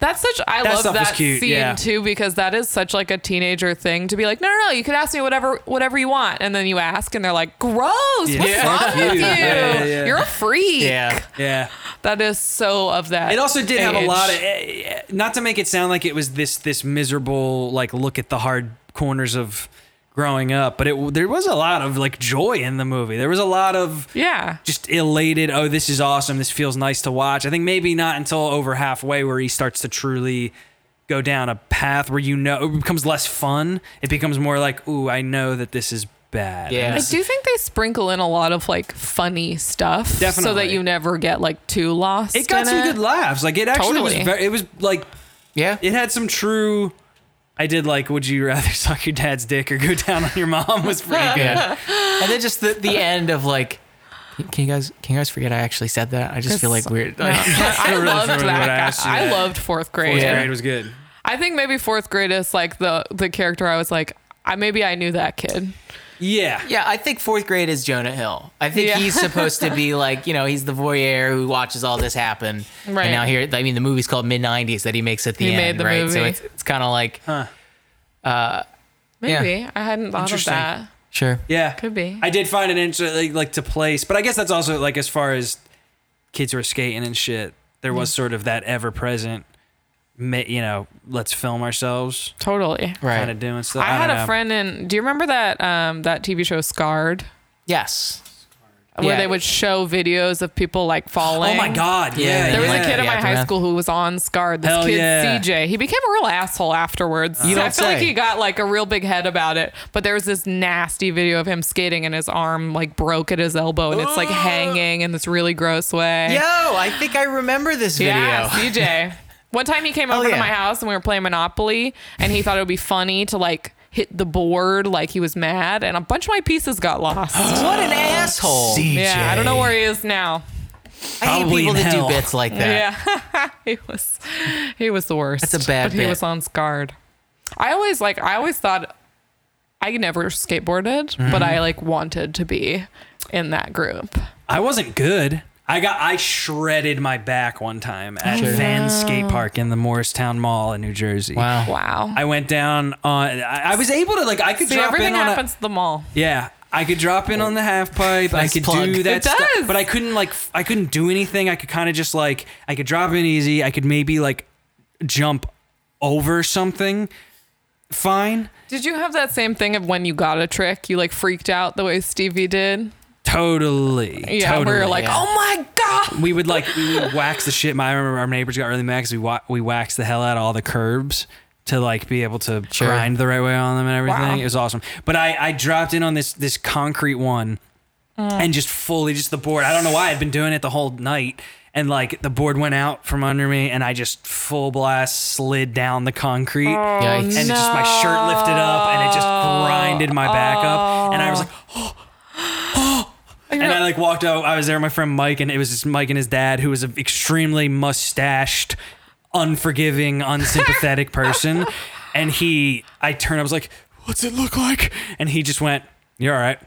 That's such. I That love stuff was that cute, scene yeah. too because that is such like a teenager thing to be like, "No, no, no, you could ask me whatever whatever you want," and then you ask, and they're like, "Gross, Yeah. what's Yeah. wrong Fuck with you." you? Yeah, yeah, yeah. You're a freak." yeah. Yeah. That is so of that. It also did have a age. lot of, eh, eh, not to make it sound like it was this this miserable like look at the hard corners of growing up, but it there was a lot of like joy in the movie. There was a lot of yeah. just elated. Oh, this is awesome. This feels nice to watch. I think maybe not until over halfway where he starts to truly go down a path where you know it becomes less fun. It becomes more like, ooh, I know that this is bad. Yeah. I do think they sprinkle in a lot of like funny stuff, so that Definitely. you never get like too lost. It got in some it. good laughs. Like it actually Totally. was. Very, it was like yeah. it had some true. I did like. Would you rather suck your dad's dick or go down on your mom? Was pretty good. Yeah. and then just the, the end of like, can you guys can you guys forget I actually said that? I just feel like weird. No, I really loved remember what I that. asked you Guy. I that. loved fourth grade. Fourth Yeah. grade was good. I think maybe fourth grade is like the the character I was like, I maybe I knew that kid. Yeah. Yeah, I think fourth grade is Jonah Hill. I think Yeah. he's supposed to be like, you know, he's the voyeur who watches all this happen. Right. And now here, I mean, the movie's called Mid '90s that he makes at the He end, made the right? So movie. it's, it's kind of like, Maybe I hadn't thought of Interesting. that. sure, Yeah. Could be. I did find it interesting, like, like, to place, but I guess that's also like as far as kids were skating and shit. There was sort of that ever present, you know, let's film ourselves Totally. right? kind of doing stuff. I, I, had don't a know. friend in. Do you remember that um that TV show Scarred? Yes, Where Yeah. they would show videos of people like falling. Oh my god! Yeah, Yeah, There was yeah. a kid in Yeah, my high Aftermath. school who was on Scarred. This Hell kid, yeah. CJ, he became a real asshole afterwards. You So I don't feel like say. he got like a real big head about it. But there was this nasty video of him skating and his arm like broke at his elbow and it's like hanging in this really gross way. yo, I think I remember this video. Yeah, CJ. One time he came over yeah. to my house and we were playing Monopoly and he thought it would be funny to like hit the board like he was mad and a bunch of my pieces got lost. What an asshole! yeah, I don't know where he is now. I hate Probably people in that do hell. bits like that. Yeah, he was he was the worst. That's a bad But he bit. was on scarred. I always like I always thought I never Mm-hmm. skateboarded, but I like wanted to be in that group. I wasn't good. I got I shredded my back one time at Van Skate Park in the Morristown Mall in New Jersey. Wow. Wow. I went down on. I, I was able to like I could See, drop everything in on happens at the mall. A, yeah. I could drop in on the half pipe. Nice I could plug. do that It stuff, does. but I couldn't like f- I couldn't do anything. I could kind of just like I could drop in easy. I could maybe like jump over something. Fine. Did you have that same thing of when you got a trick, you like freaked out the way Stevie did? Totally. Yeah, totally. where you're like, yeah. oh my god. we would like we would wax the shit. My I remember our neighbors got really mad because we wa- we waxed the hell out of all the curbs to like be able to Sure. grind the right way on them and everything. Wow. It was awesome. But I I dropped in on this this concrete one and just fully just the board. I don't know why I'd been doing it the whole night. And like the board went out from under me, and I just full blast slid down the concrete Yikes. and just my shirt lifted up and it just grinded my back up and i was like and i like walked out i was there with my friend mike and it was just mike and his dad who was an extremely mustached unforgiving unsympathetic person and he i turned i was like what's it look like and he just went you're all right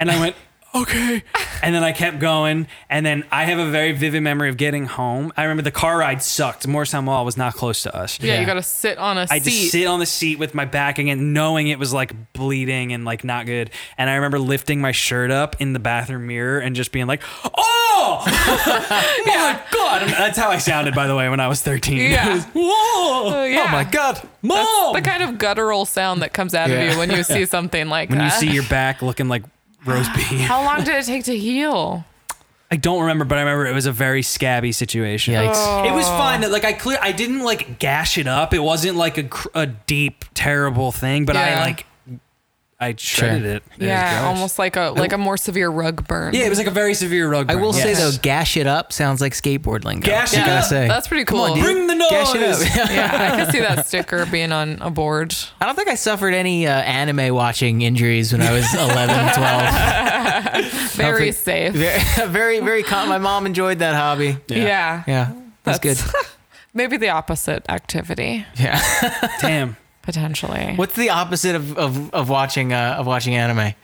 and I went, okay. And then I kept going. And then I have a very vivid memory of getting home. I remember the car ride sucked. Morristown Mall was not close to us. Yeah, Yeah. you gotta sit on a I seat. just sit on the seat with my back again, knowing it was like bleeding and like not good. And I remember lifting my shirt up in the bathroom mirror and just being like, oh, oh my God. And that's how I sounded, by the way, when I was 13. It Yeah. was, Whoa. Uh, yeah. Oh my God. Mom. the kind of guttural sound that comes out Yeah. of you when you see something like when you that. see your back looking like roast beef. How long did it take to heal? I don't remember, but I remember it was a very scabby situation. Yikes. It was fine. That like I clear, I didn't like gash it up. It wasn't like a, cr- a deep, terrible thing. But I Yeah. like, I shredded it. It was yeah, gross. almost like a like a more severe rug burn. Yeah, it was like a very severe rug. I burn. will Yes. say though, gash it up sounds like skateboard lingo. Gash You it gotta up. say. That's pretty cool. dude. Bring the Gash it up. yeah, I can see that sticker being on a board. I don't think I suffered any uh, anime watching injuries when I was 11, 12. Very think- safe. Very, very, very calm. My mom enjoyed that hobby. yeah. Yeah, that's, That's- good. Maybe the opposite activity Yeah. Damn. potentially. What's the opposite of of, of watching uh, of watching anime?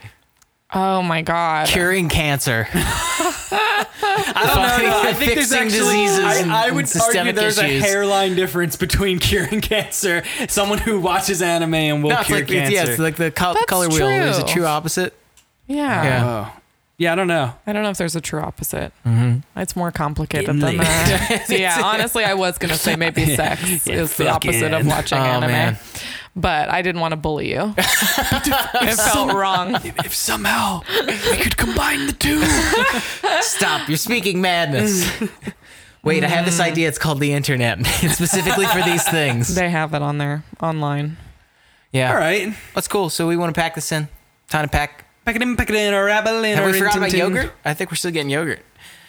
Oh my god. Curing cancer. I don't fixing diseases. and, I, I and would argue systemic there's issues. a hairline difference between curing cancer. Someone who watches anime and will No, it's cure like it's, cancer. yeah, it's like the col- That's color wheel. There's a true. true opposite. Yeah. Yeah. oh. Yeah, I don't know. I don't know if there's a true opposite. It's more complicated than that. yeah, honestly, I was gonna say maybe sex Yeah, is the fuck opposite it. of watching Oh, anime, man. but I didn't want to bully you. it felt wrong. If somehow we could combine the two. Stop! You're speaking madness. Wait, I have this idea. It's called the internet. It's specifically for these things. They have it on there online. Yeah. All right. That's cool. So we want to pack this in. Time to pack. Pack it in, pack it in, or rabble in. Have or we forgot about rintin-tin. yogurt? I think we're still getting yogurt.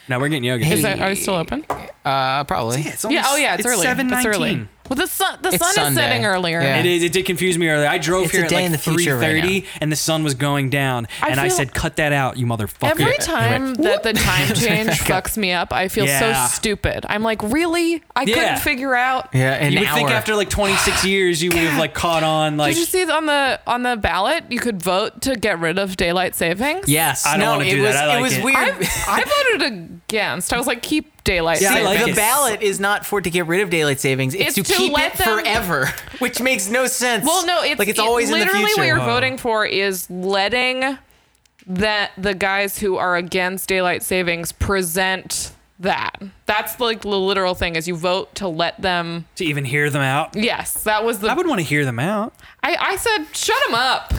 No, we're getting yogurt. Is that are they still open? Uh, probably. it's Yeah. Oh yeah. It's, early. It's 7:19. early. Well, the sun the It's sun is Sunday. setting earlier. Yeah. It is. It did confuse me earlier. I drove It's a here at day like in the future right 3:30, and the sun was going down, I and I feel- said, "Cut that out, you motherfucker." Every time that the time change fucks me up, I feel Yeah. so stupid. I'm like, really? I Yeah. couldn't figure out. Yeah, an you would hour. think after like 26 years, you would have like caught on. Like, Did you see on the on the ballot you could vote to get rid of daylight savings? yes. I don't no, wanna it do that. was I it like was it. weird. I, I voted against. I was like, keep daylight Yeah, I See, savings. like the it. ballot is not for it to get rid of daylight savings. It's, It's to, to keep let it them- forever, which makes no sense. Well, no, it's like it's it- always in the literally future. what you're voting for is letting that the guys who are against daylight savings present that. That's like the literal thing is you vote to let them. to even hear them out, Yes, that was the. I would want to hear them out. I, I said shut them up.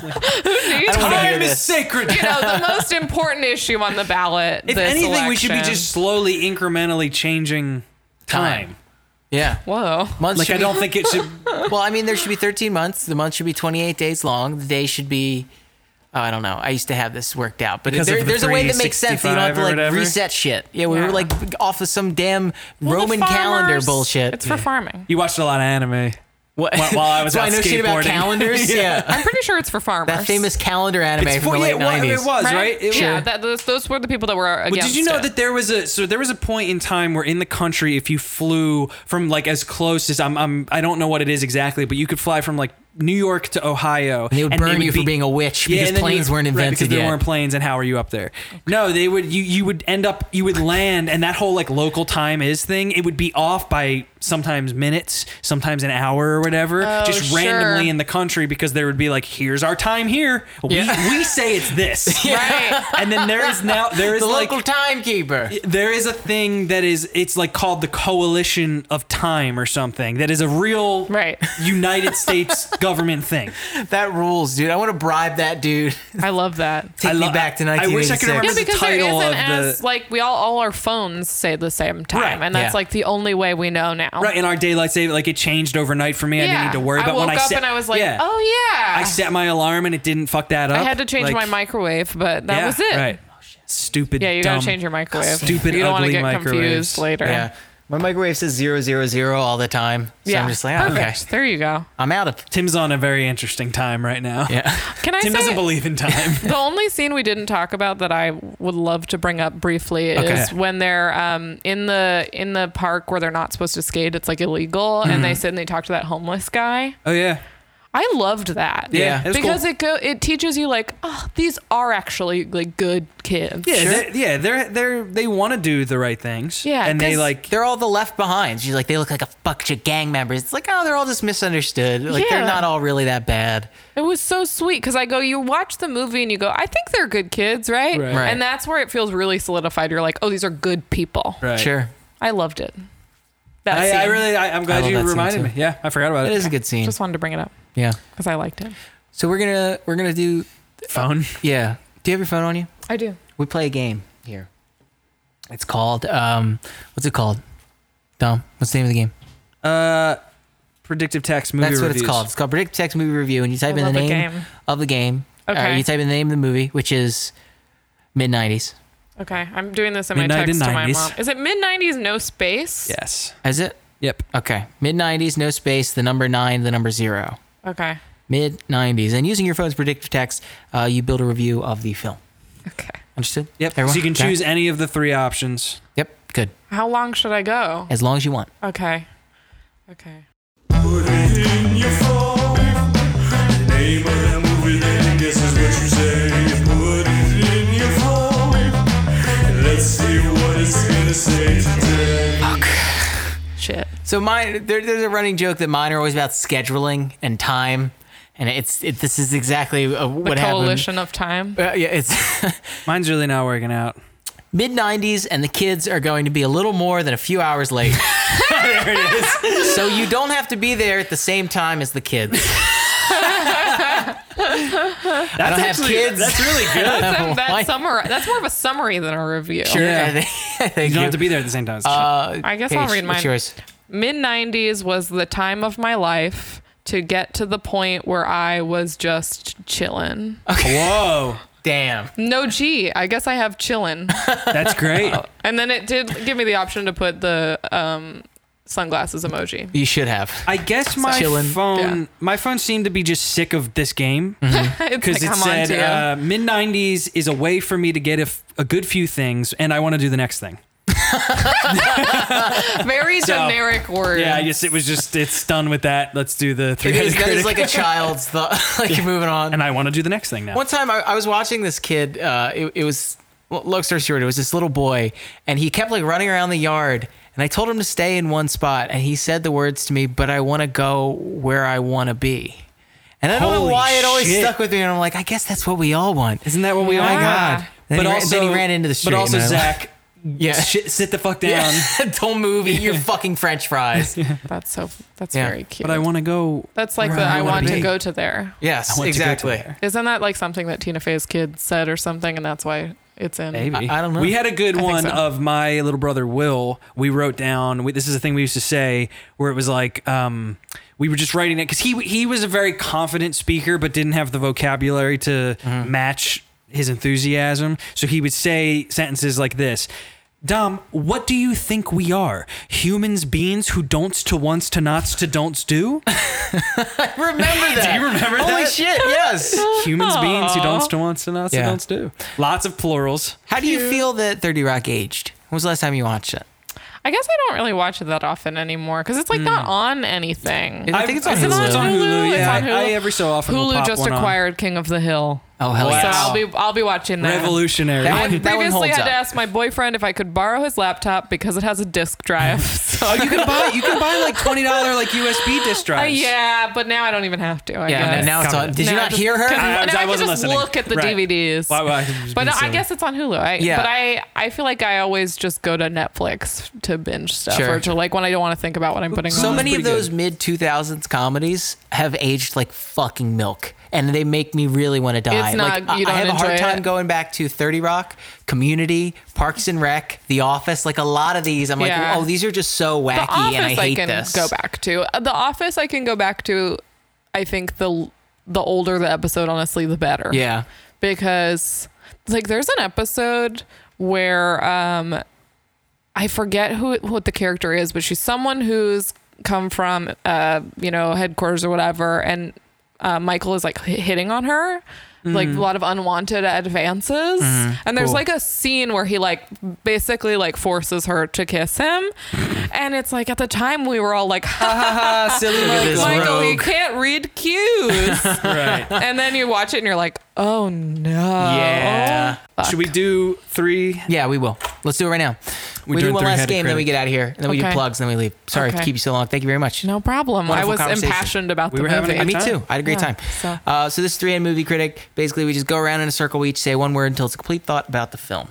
Who needs I wanna hear Time time? is this. sacred. You know the most important issue on the ballot. if this anything, we should be election. just slowly, incrementally changing time. Time. yeah. whoa. Months Like, should I be- don't think it should. well, I mean, there should be 13 months. The month should be 28 days long. The day should be. Oh, I don't know. I used to have this worked out, but Because there, of the there's a way that makes sense. That you don't have 365 or to like whatever? reset shit. Yeah, we Yeah. were like off of some damn Well, the Roman calendar farmers- bullshit. It's for farming. You watched a lot of anime. what? While- while I was so I out know shit about skateboarding. calendars. Yeah. yeah. I'm pretty sure it's for farmers. that famous calendar anime It's from for- the yeah, late it wa- 90s. it was right. It yeah, was- that, those, those were the people that were Well, against. did you know it. that there was a so there was a point in time where in the country if you flew from like as close as I'm, I'm I don't know what it is exactly, but you could fly from like New York to Ohio. They would and burn would you for be- being a witch Yeah, because and then you planes would- weren't right, invented because there yet. weren't planes, and how are you up there? No, they would. You you would end up. You would land, and that whole like local time is thing. It would be off by sometimes minutes, sometimes an hour or whatever, just sure. randomly in the country because there would be like, here's our time here. We Yeah. we say it's this, Right. and then there is now there is the like local timekeeper. there is a thing that is it's like called the coalition of time or something that is a real Right. united states government thing That rules, dude. I want to bribe that dude. I love that. Take me lo- back to I wish I could 1986. remember Yeah, the because there title isn't of the- as like we all all our phones say the same time, Right, and that's yeah. like the only way we know now. right in our daylight saving like it changed overnight for me i didn't need to worry about I woke when i up set, and I was like, yeah, oh yeah. i set my alarm and it didn't fuck that up I had to change Like, my microwave, but that yeah, was it. right stupid Yeah, you dumb, gotta change your microwave. stupid you don't wanna ugly get microwaves. confused later. Yeah. My microwave says zero zero zero all the time. So Yeah. I'm just like, oh, okay, Perfect. There you go. I'm out of. tim's on a very interesting time right now Yeah. Can I tim say doesn't believe in time the only scene we didn't talk about that I would love to bring up briefly is Okay. when they're um, in the in the park where they're not supposed to skate. It's like illegal, and Mm-hmm. they sit and they talk to that homeless guy. oh yeah I loved that. Yeah, it was because cool. it go it teaches you like, oh, these are actually like good kids. yeah, they're, yeah, they're they're they want to do the right things. Yeah, and they 'cause like They're all the left behinds. She's like, they look like a bunch of gang members. It's like, oh, they're all just misunderstood. Like, Yeah. they're not all really that bad. It was so sweet because I go, you watch the movie and you go, I think they're good kids, right? Right. Right. And that's where it feels really solidified. You're like, oh, these are good people. right. Sure. I loved it. That I, scene. I really, I, I'm glad love you that scene, reminded too. me. Yeah, I forgot about It it. is a good scene. just wanted to bring it up yeah. because I liked it. So we're gonna we're gonna do phone. yeah. Do you have your phone on you? I do. We play a game here. It's called um what's it called? Dom, what's the name of the game? Uh, predictive text movie That's what reviews. it's called. It's called Predict Text Movie Review, and you type I in the love a name game. of the game. Okay. Or you type in the name of the movie, which is mid nineties. Okay, I'm doing this in Midnight my in text to my 90s. mom. Is it mid '90s? No space. Yes. Is it? Yep. Okay. Mid nineties, no space, the number nine, the number zero. Okay. Mid nineties. And using your phone's predictive text, uh, you build a review of the film. Okay. Understood? Yep. Everyone? So you can Okay. choose any of the three options. Yep. Good. How long should I go? As long as you want. Okay. Okay. in your phone. The name of that movie, then guess is what you say. Put it in your phone. And let's see what it's gonna say today. Shit. So mine, there, there's a running joke that mine are always about scheduling and time, and it's it, this is exactly uh, The what coalition of time. happened. Uh, yeah, it's Mine's really not working out. mid '90s, and the kids are going to be a little more than a few hours late. There it is. so you don't have to be there at the same time as the kids. I don't have kids. That's really good. That's, Oh, a, why? that's, summar- that's more of a summary than a review. Yeah. I think- Thank You you. don't have to be there at the same time. Uh, I guess Paige, I'll read what's mine. yours? Mid 90s was the time of my life to get to the point where I was just chillin'. Whoa, Damn. No, gee, I guess I have chillin'. that's great. Oh. and then it did give me the option to put the um, sunglasses emoji. You should have. I guess my Chillin'. phone, Yeah. my phone seemed to be just sick of this game. Mm-hmm. it's because like, it I'm on said to you. uh, mid '90s is a way for me to get a, f- a good few things, and I want to do the next thing. uh, Very generic word. Yeah, I guess it was just it's done with that. Let's do the three. It is, that critic, is like a child's thought. like you're moving on. and I want to do the next thing now. One time I, I was watching this kid. Uh, it, it was well, long story short, it was this little boy, and he kept like running around the yard. And I told him to stay in one spot, and he said the words to me, "But I want to go where I want to be." And I don't know Holy why it always shit. stuck with me. And I'm like, I guess that's what we all want. Isn't that what we oh all my Yeah. god! But Then he ran- then he ran into the street. But also and I- Zach, yeah, shit, sit the fuck down. yeah. don't move. Eat your fucking French fries. That's so. That's Yeah. very cute. But I want to go. that's like where the I, wanna want to be. go to there. Yes, I want to go to exactly. there. Isn't that like something that Tina Fey's kid said or something, and that's why it's in? Maybe I- I don't know. We had a good I think one so. of my little brother Will. We wrote down. We, this is a thing we used to say where it was like um, we were just writing it because he he was a very confident speaker, but didn't have the vocabulary to Mm-hmm. match his enthusiasm. So he would say sentences like this. Dom, what do you think we are? Humans, beings who don'ts to wants to nots to don'ts do? Remember that? you remember Holy that? shit! Yes. Humans, beings who don'ts to wants to nots Yeah. to don'ts do. Lots of plurals. How do you feel that Thirty Rock aged? When was the last time you watched it? I guess I don't really watch it that often anymore because it's like not on anything. I think it's on I've- Hulu. It's Hmm. on Hulu. It's Yeah, on I, I every so often will Hulu pop just one on. acquired King of the Hill, Oh hell Wow. so yeah! I'll be I'll be watching that. Revolutionary. That I one- that one previously holds had to up. ask my boyfriend if I could borrow his laptop because it has a disk drive. So Oh, you can buy you can buy like twenty dollar like USB disk Uh, drives. yeah, but now I don't even have to. I yeah, guess. and now it's Got on. it. Did you Now I not just hear her? can- I- I and was- I, I can wasn't just listening. look at the Right. DVDs. Why- why- But being I silly. guess it's on Hulu. I, Yeah. But I, I feel like I always just go to Netflix to binge stuff Sure. or to like when I don't want to think about what I'm putting so on. many of pretty those mid 2000s comedies have aged like fucking milk and they make me really want to die It's not- like I- you don't i have a hard enjoy time it. going back to 30 rock community parks and rec the office like a lot of these i'm Yeah. like oh these are just so the wacky Office and i hate can this go back to. Uh, The Office I can go back to. I think the the older the episode, honestly, the better. yeah because like there's an episode where um I forget who what the character is, but she's someone who's come from uh you know headquarters or whatever, and uh, Michael is like hi- hitting on her. Like a lot of unwanted advances, and there's Cool. like a scene where he like basically like forces her to kiss him, and it's like at the time we were all like, Ah, silly this Michael, you rogue. can't read cues, Right. and then you watch it and you're like, oh no, yeah Should we do three? yeah we will let's do it right now we do doing one last three-headed game then we critic. get out of here and then we do Okay. plugs and then we leave sorry to Okay. keep you so long thank you very much No problem. Wonderful I was conversation. impassioned about We the were having a movie. good Me time. too. I had a great Yeah, time. so- Uh, so this is three end movie critic. Basically, we just go around in a circle. We each say one word until it's a complete thought about the film.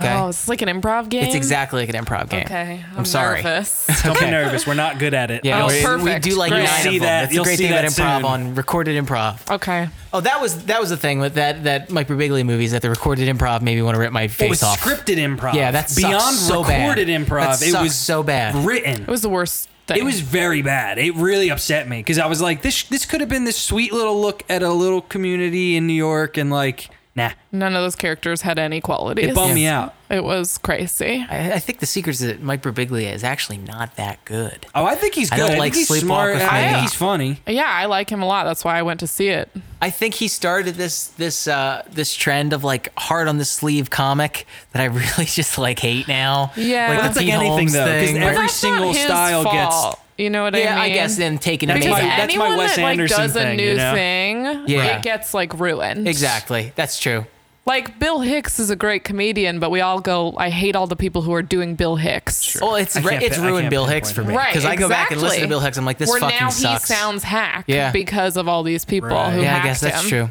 Okay, Oh, it's like an improv game. it's exactly like an improv game. Okay, I'm, sorry. nervous. Don't Okay. be nervous. We're not good at it. Yeah, Oh, we- we, perfect. do like Great. nine You'll see of them. that- That's you'll the great see thing about that improv soon. on recorded improv. okay. Oh, that was that was the thing with that that Mike Birbiglia movies that the recorded improv made me want to rip my It was face off. scripted improv. Yeah, that's beyond so recorded bad. improv. That it sucks was so bad. written. It was the worst thing. It was very bad. It really upset me because I was like, this this could have been this sweet little look at a little community in New York, and like, nah, none of those characters had any qualities. it bummed me out. It was crazy. I, I think the secret is that Mike Birbiglia is actually not that good. Oh, I think he's I good. don't like think he's Sleepwalk smart. with I me. think he's funny. Yeah, I like him a lot. That's why I went to see it. I think he started this this uh, this trend of like hard on the sleeve comic that I really just like hate now. Yeah. like That's like anything, though, 'cause thing. every- where- That's not single his style gets- fault. You know what I mean? yeah, I guess then taking it Because my- back. that's my anyone Wes that like Anderson does a thing, new you know? thing, Yeah. it gets like ruined. exactly. That's true. Like Bill Hicks is a great comedian, but we all go, I hate all the people who are doing Bill Hicks. Sure. Well, it's I re- can't it's pin- I ruined can't Bill Hicks for pinpoint me it. because I go back and listen to exactly. Bill Hicks. I'm like, this Where fucking now sucks. he sounds hack Yeah. because of all these people Right. who yeah, I hacked guess that's him. true.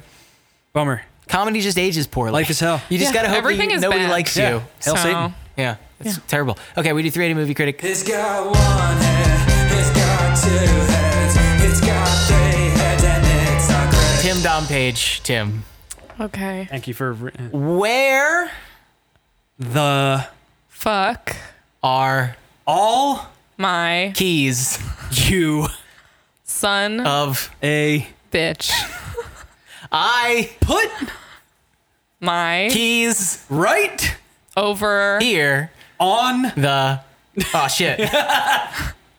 Bummer. Comedy just ages poorly. Life is hell. You just Yeah, gotta hope everything that you, is nobody bad. likes Yeah. you. Hell, So- Satan. Yeah, it's terrible. Okay, we do three rated movie critic. It's got one head, it's got two heads, it's got three heads, and it's a great. Tim Dom Page. Tim, Okay. Thank you for uh, where the Fuck are all my keys you son, of a bitch. I put My keys right over here on the oh shit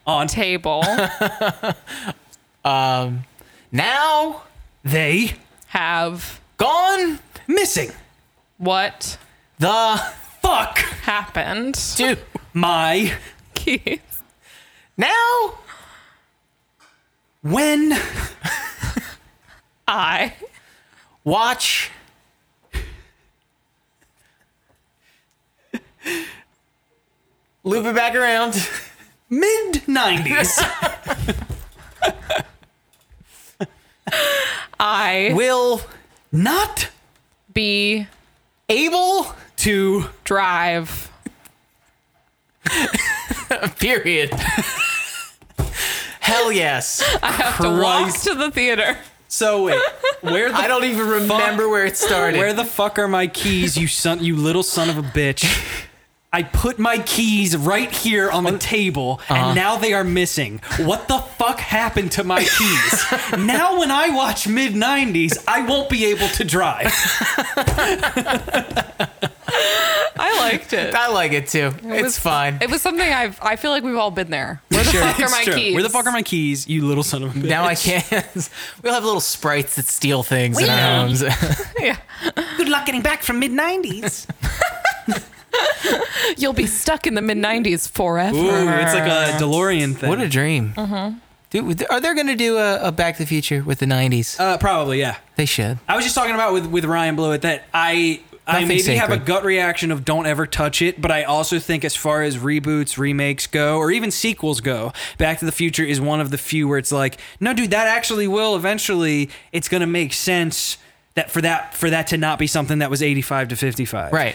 on table now they have gone missing. what the Fuck happened. do my Keith. now when I watch loop it back around mid 90s I will not be able to drive period hell yes to walk Christ. to the theater. So wait, where the i don't even remember where it started where the fuck are my keys, you son, you little son of a bitch? I put my keys right here on the table, and now they are missing. What the fuck happened to my keys? now, when I watch mid '90s, I won't be able to drive. I liked it. i like it too it's was- fine It was something I've. I feel like we've all been there. Where the fuck are It's my true. keys? Where the fuck are my keys, you little son of a bitch? now I can't. We'll have little sprites that steal things in our homes. Yeah. Good luck getting back from mid '90s. You'll be stuck in the mid 90s forever. Ooh, it's like a DeLorean thing. What a dream. Dude, are they going to do a, a Back to the Future with the 90s? uh, probably, yeah. they should. I was just talking about with with Ryan Blewett that I I Nothing maybe have a sacred. gut reaction of don't ever touch it, but I also think as far as reboots, remakes go, or even sequels go, Back to the Future is one of the few where it's like, no, dude, that actually will eventually. It's gonna make sense. That for that for that to not be something that was eighty five to fifty five, Right.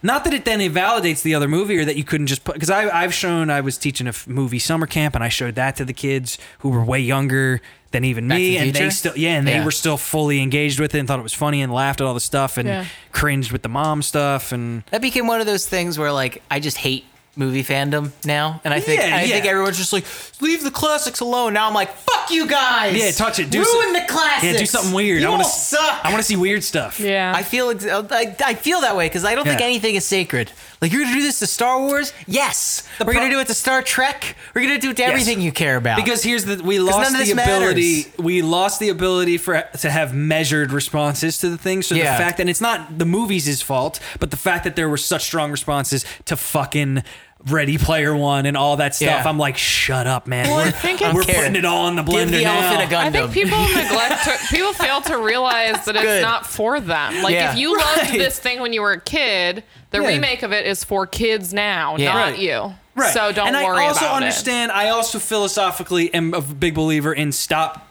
Not that it then invalidates the other movie or that you couldn't just put because I've shown I was teaching a f- movie summer camp and I showed that to the kids who were way younger than even Back to me the and they Future? still yeah and they Yeah. were still fully engaged with it and thought it was funny and laughed at all the stuff and Yeah. cringed with the mom stuff and That became one of those things where, like, I just hate movie fandom now. And I think Yeah, I think yeah. everyone's just like, leave the classics alone. Now I'm like, fuck you guys. yeah touch it do Ruin some- the classics. yeah do something weird You I want to all suck. I want to see weird stuff Yeah. I feel ex- uh, I, I feel that way because I don't think Yeah. anything is sacred. Like you're gonna do this to Star Wars, yes. We're pro- gonna do it to Star Trek. We're gonna do it to everything you care about. because here's the we lost none of the this ability matters. we lost the ability for to have measured responses to the thing so Yeah. the fact and it's not the movies' fault but the fact that there were such strong responses to fucking Ready Player One and all that stuff Yeah. I'm like shut up man Well, I we're, think it's- we're Care. putting it all in the blender give the now elephant a Gundam. I think people neglect to, people fail to realize that it's Good. not for them. Like Yeah. if you loved Right. this thing when you were a kid, the Yeah. remake of it is for kids now, Yeah. not Right. you. Right. So don't and worry I also about understand. I also philosophically am a big believer in stop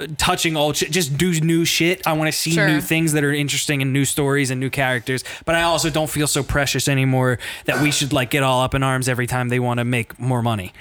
uh, touching old shit. Just do new shit. I want to see Sure. new things that are interesting and new stories and new characters. But I also don't feel so precious anymore that we should like get all up in arms every time they want to make more money.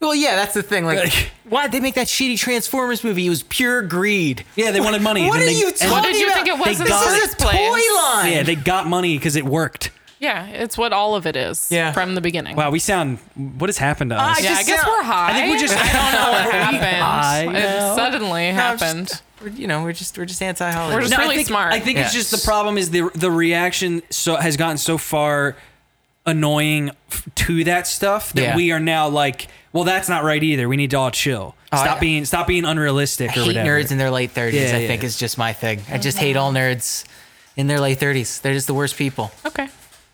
well, yeah, that's the thing. Like, Like- why did they make that shitty Transformers movie? It was pure greed. Yeah, they wanted money. What and are they, you and- talking did you about? think it was They in the got first this place? toy line. Yeah, they got money because it worked. it. Yeah, it's what all of it is Yeah. from the beginning. Wow, we sound. What has happened to us? I yeah, I just guess sound- we're high. I think we just- I don't know what I happened. know. It suddenly No, I'm happened. just- we're- you know, we're just we're just anti Hollywood. We're just- I really think, smart. I think it's Yeah. just the problem is the the reaction so has gotten so far annoying f- to that stuff that Yeah. we are now like, well, that's not right either. We need to all chill. Stop I- being stop being unrealistic or hate whatever. nerds in their late 30s, Yeah, I yeah. think is just my thing. I just hate all nerds in their late 30s. They're just the worst people. okay.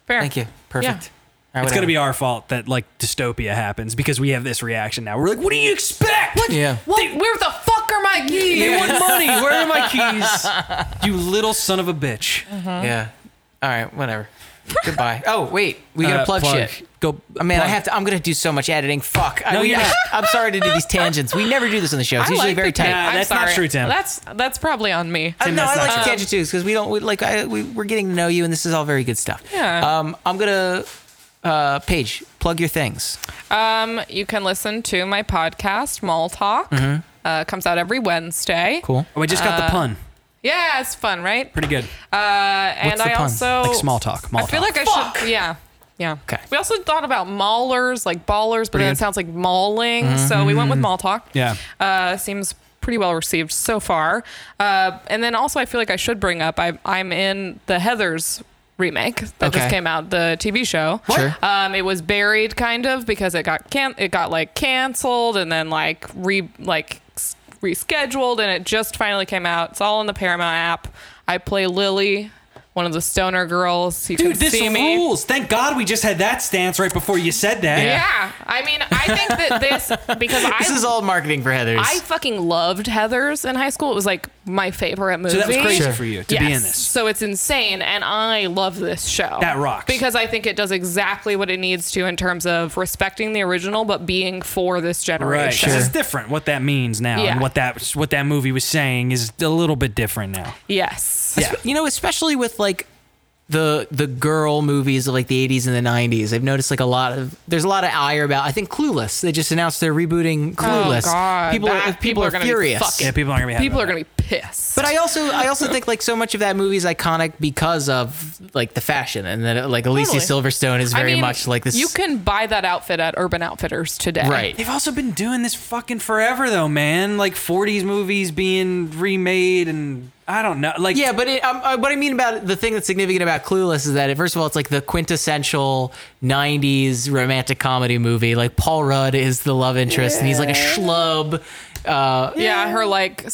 Fair. Thank you. Perfect. All right, it's gonna whatever. be our fault that like dystopia happens because we have this reaction now. We're like, what do you expect? What? Yeah. What, where the fuck are my keys? They want money. Where are my keys? You little son of a bitch. Yeah. All right, whatever. Goodbye. Oh, wait. We got to Uh, plug, plug. shit. Go. Man, I plug. have to I'm going to do so much editing. Fuck. I, No, we- you're not. I'm sorry to do these tangents. We never do this on the show. It's I usually like very the tan- tight. Yeah, I'm that's not sorry. true, Tim. That's that's probably on me. Uh, no, I that's not like the true. tangent too, because we don't we, like I, we, we're getting to know you, and this is all very good stuff. Yeah. Um, I'm gonna, uh, Paige, plug your things. Um, you can listen to my podcast, Mall Talk. Uh, comes out every Wednesday. Mm-hmm. Cool. Oh, I just got the pun. Yeah, it's fun, right? Pretty good. Uh, and the I pun? also like small talk. Mall I feel talk. like I should. Yeah. Yeah. Okay. We also thought about maulers, like ballers, but then it good. sounds like mauling. Mm-hmm. So we went with mall talk. Yeah. Uh, seems pretty well received so far. Uh, and then also, I feel like I should bring up I, I'm in the Heather's remake that Okay. just came out, the TV show. What? Sure. Um, it was buried kind of because it got can it got like canceled and then like re like s- rescheduled and it just finally came out. It's all in the Paramount app. I play Lily, one of the stoner girls. You Dude, can this see me. rules. Thank God we just had that stance right before you said that. Yeah. I mean, I think that this because I This is all marketing for Heather's. I fucking loved Heather's in high school. It was like my favorite movie. So that was crazy Sure. for you to be in this. So it's insane, and I love this show. That rocks. Because I think it does exactly what it needs to in terms of respecting the original, but being for this Right, generation. 'cause it's different. What that means now, Yeah. and what that what that movie was saying is a little bit different now. Yes. Yeah. you know, especially with like the the girl movies of like the 80s and the 90s. I've noticed like a lot of there's a lot of ire about. I think Clueless. They just announced they're rebooting Clueless. Oh, God, people that- are people, people are, are gonna be furious. fucking- Yeah, people aren't gonna be. happy People are about going to be pissed. But I also I also think like so much of that movie is iconic because of like the fashion and that like Alicia Totally. Silverstone is I very mean, much like this. You can buy that outfit at Urban Outfitters today. that. right. They've also been doing this fucking forever though, man. Like '40s movies being remade and I don't know. Like Yeah, but it, um, uh, what I mean about the thing that's significant about Clueless is that, it, first of all, it's like the quintessential '90s romantic comedy movie. Like Paul Rudd is the love interest, and he's like a schlub. Uh, Yeah, her like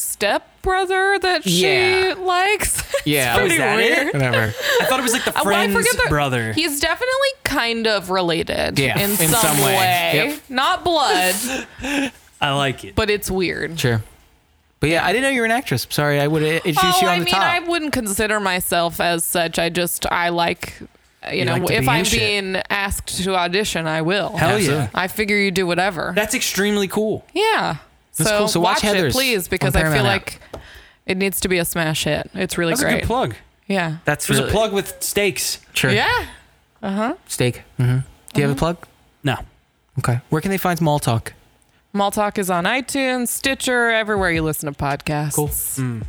stepbrother that she Yeah. likes. Yeah. it's Oh, is pretty that it? weird. whatever. I thought it was like the Uh, well, I friend's forget the- brother. He's definitely kind of related Yeah, in, some, way. Yep. Not blood, I like it. but it's weird. Sure. But yeah, I didn't know you were an actress. Sorry, I would have introduced oh, you on I the mean, top. I wouldn't consider myf as such. I just I like, you, know, like to be if in I'm shit. being asked to audition, I will. Hell Absolutely. yeah. I figure you do whatever. That's extremely cool. yeah. So, cool. So watch it, Heathers please, on because I feel Paramount like it needs to be a smash hit. It's really That's a great. good plug. Yeah. That's It was really- a plug with stakes. Sure. yeah. Steak. Mm-hmm. Do you have a plug? No. Okay. Where can they find Small Talk? Mall Talk is on iTunes, Stitcher, everywhere you listen to podcasts. Cool.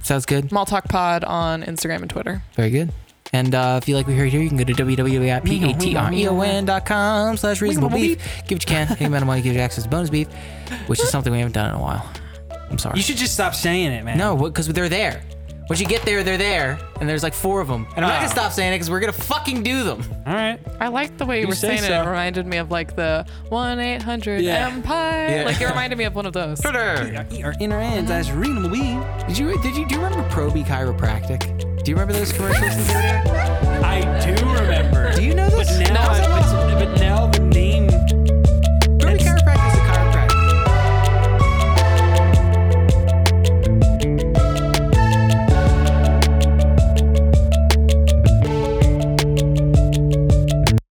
Sounds good. Mall Talk Pod on Instagram and Twitter. Very good. And uh, if you like what you heard here, you can go to E www.patreon.com slash reasonable beef. Give what you can. Any amount of money gives you access to bonus beef, which is something we haven't done in a while. I'm sorry. You should just stop saying it, man. No, because they're there. Once you get there, they're there. And there's like four of them. And I'm not going Oh. to stop saying it because we're going to fucking do them. All right. I like the way you, were say saying it. so. It reminded me of like the 1 800 Yeah. Empire. Yeah. Like it reminded me of one of those. Our inner ends as readable beef. Did you, did you, do you remember Proby Chiropractic? Do you remember those commercials? that they were doing? I do remember. do you know this? But now, No, I, I but now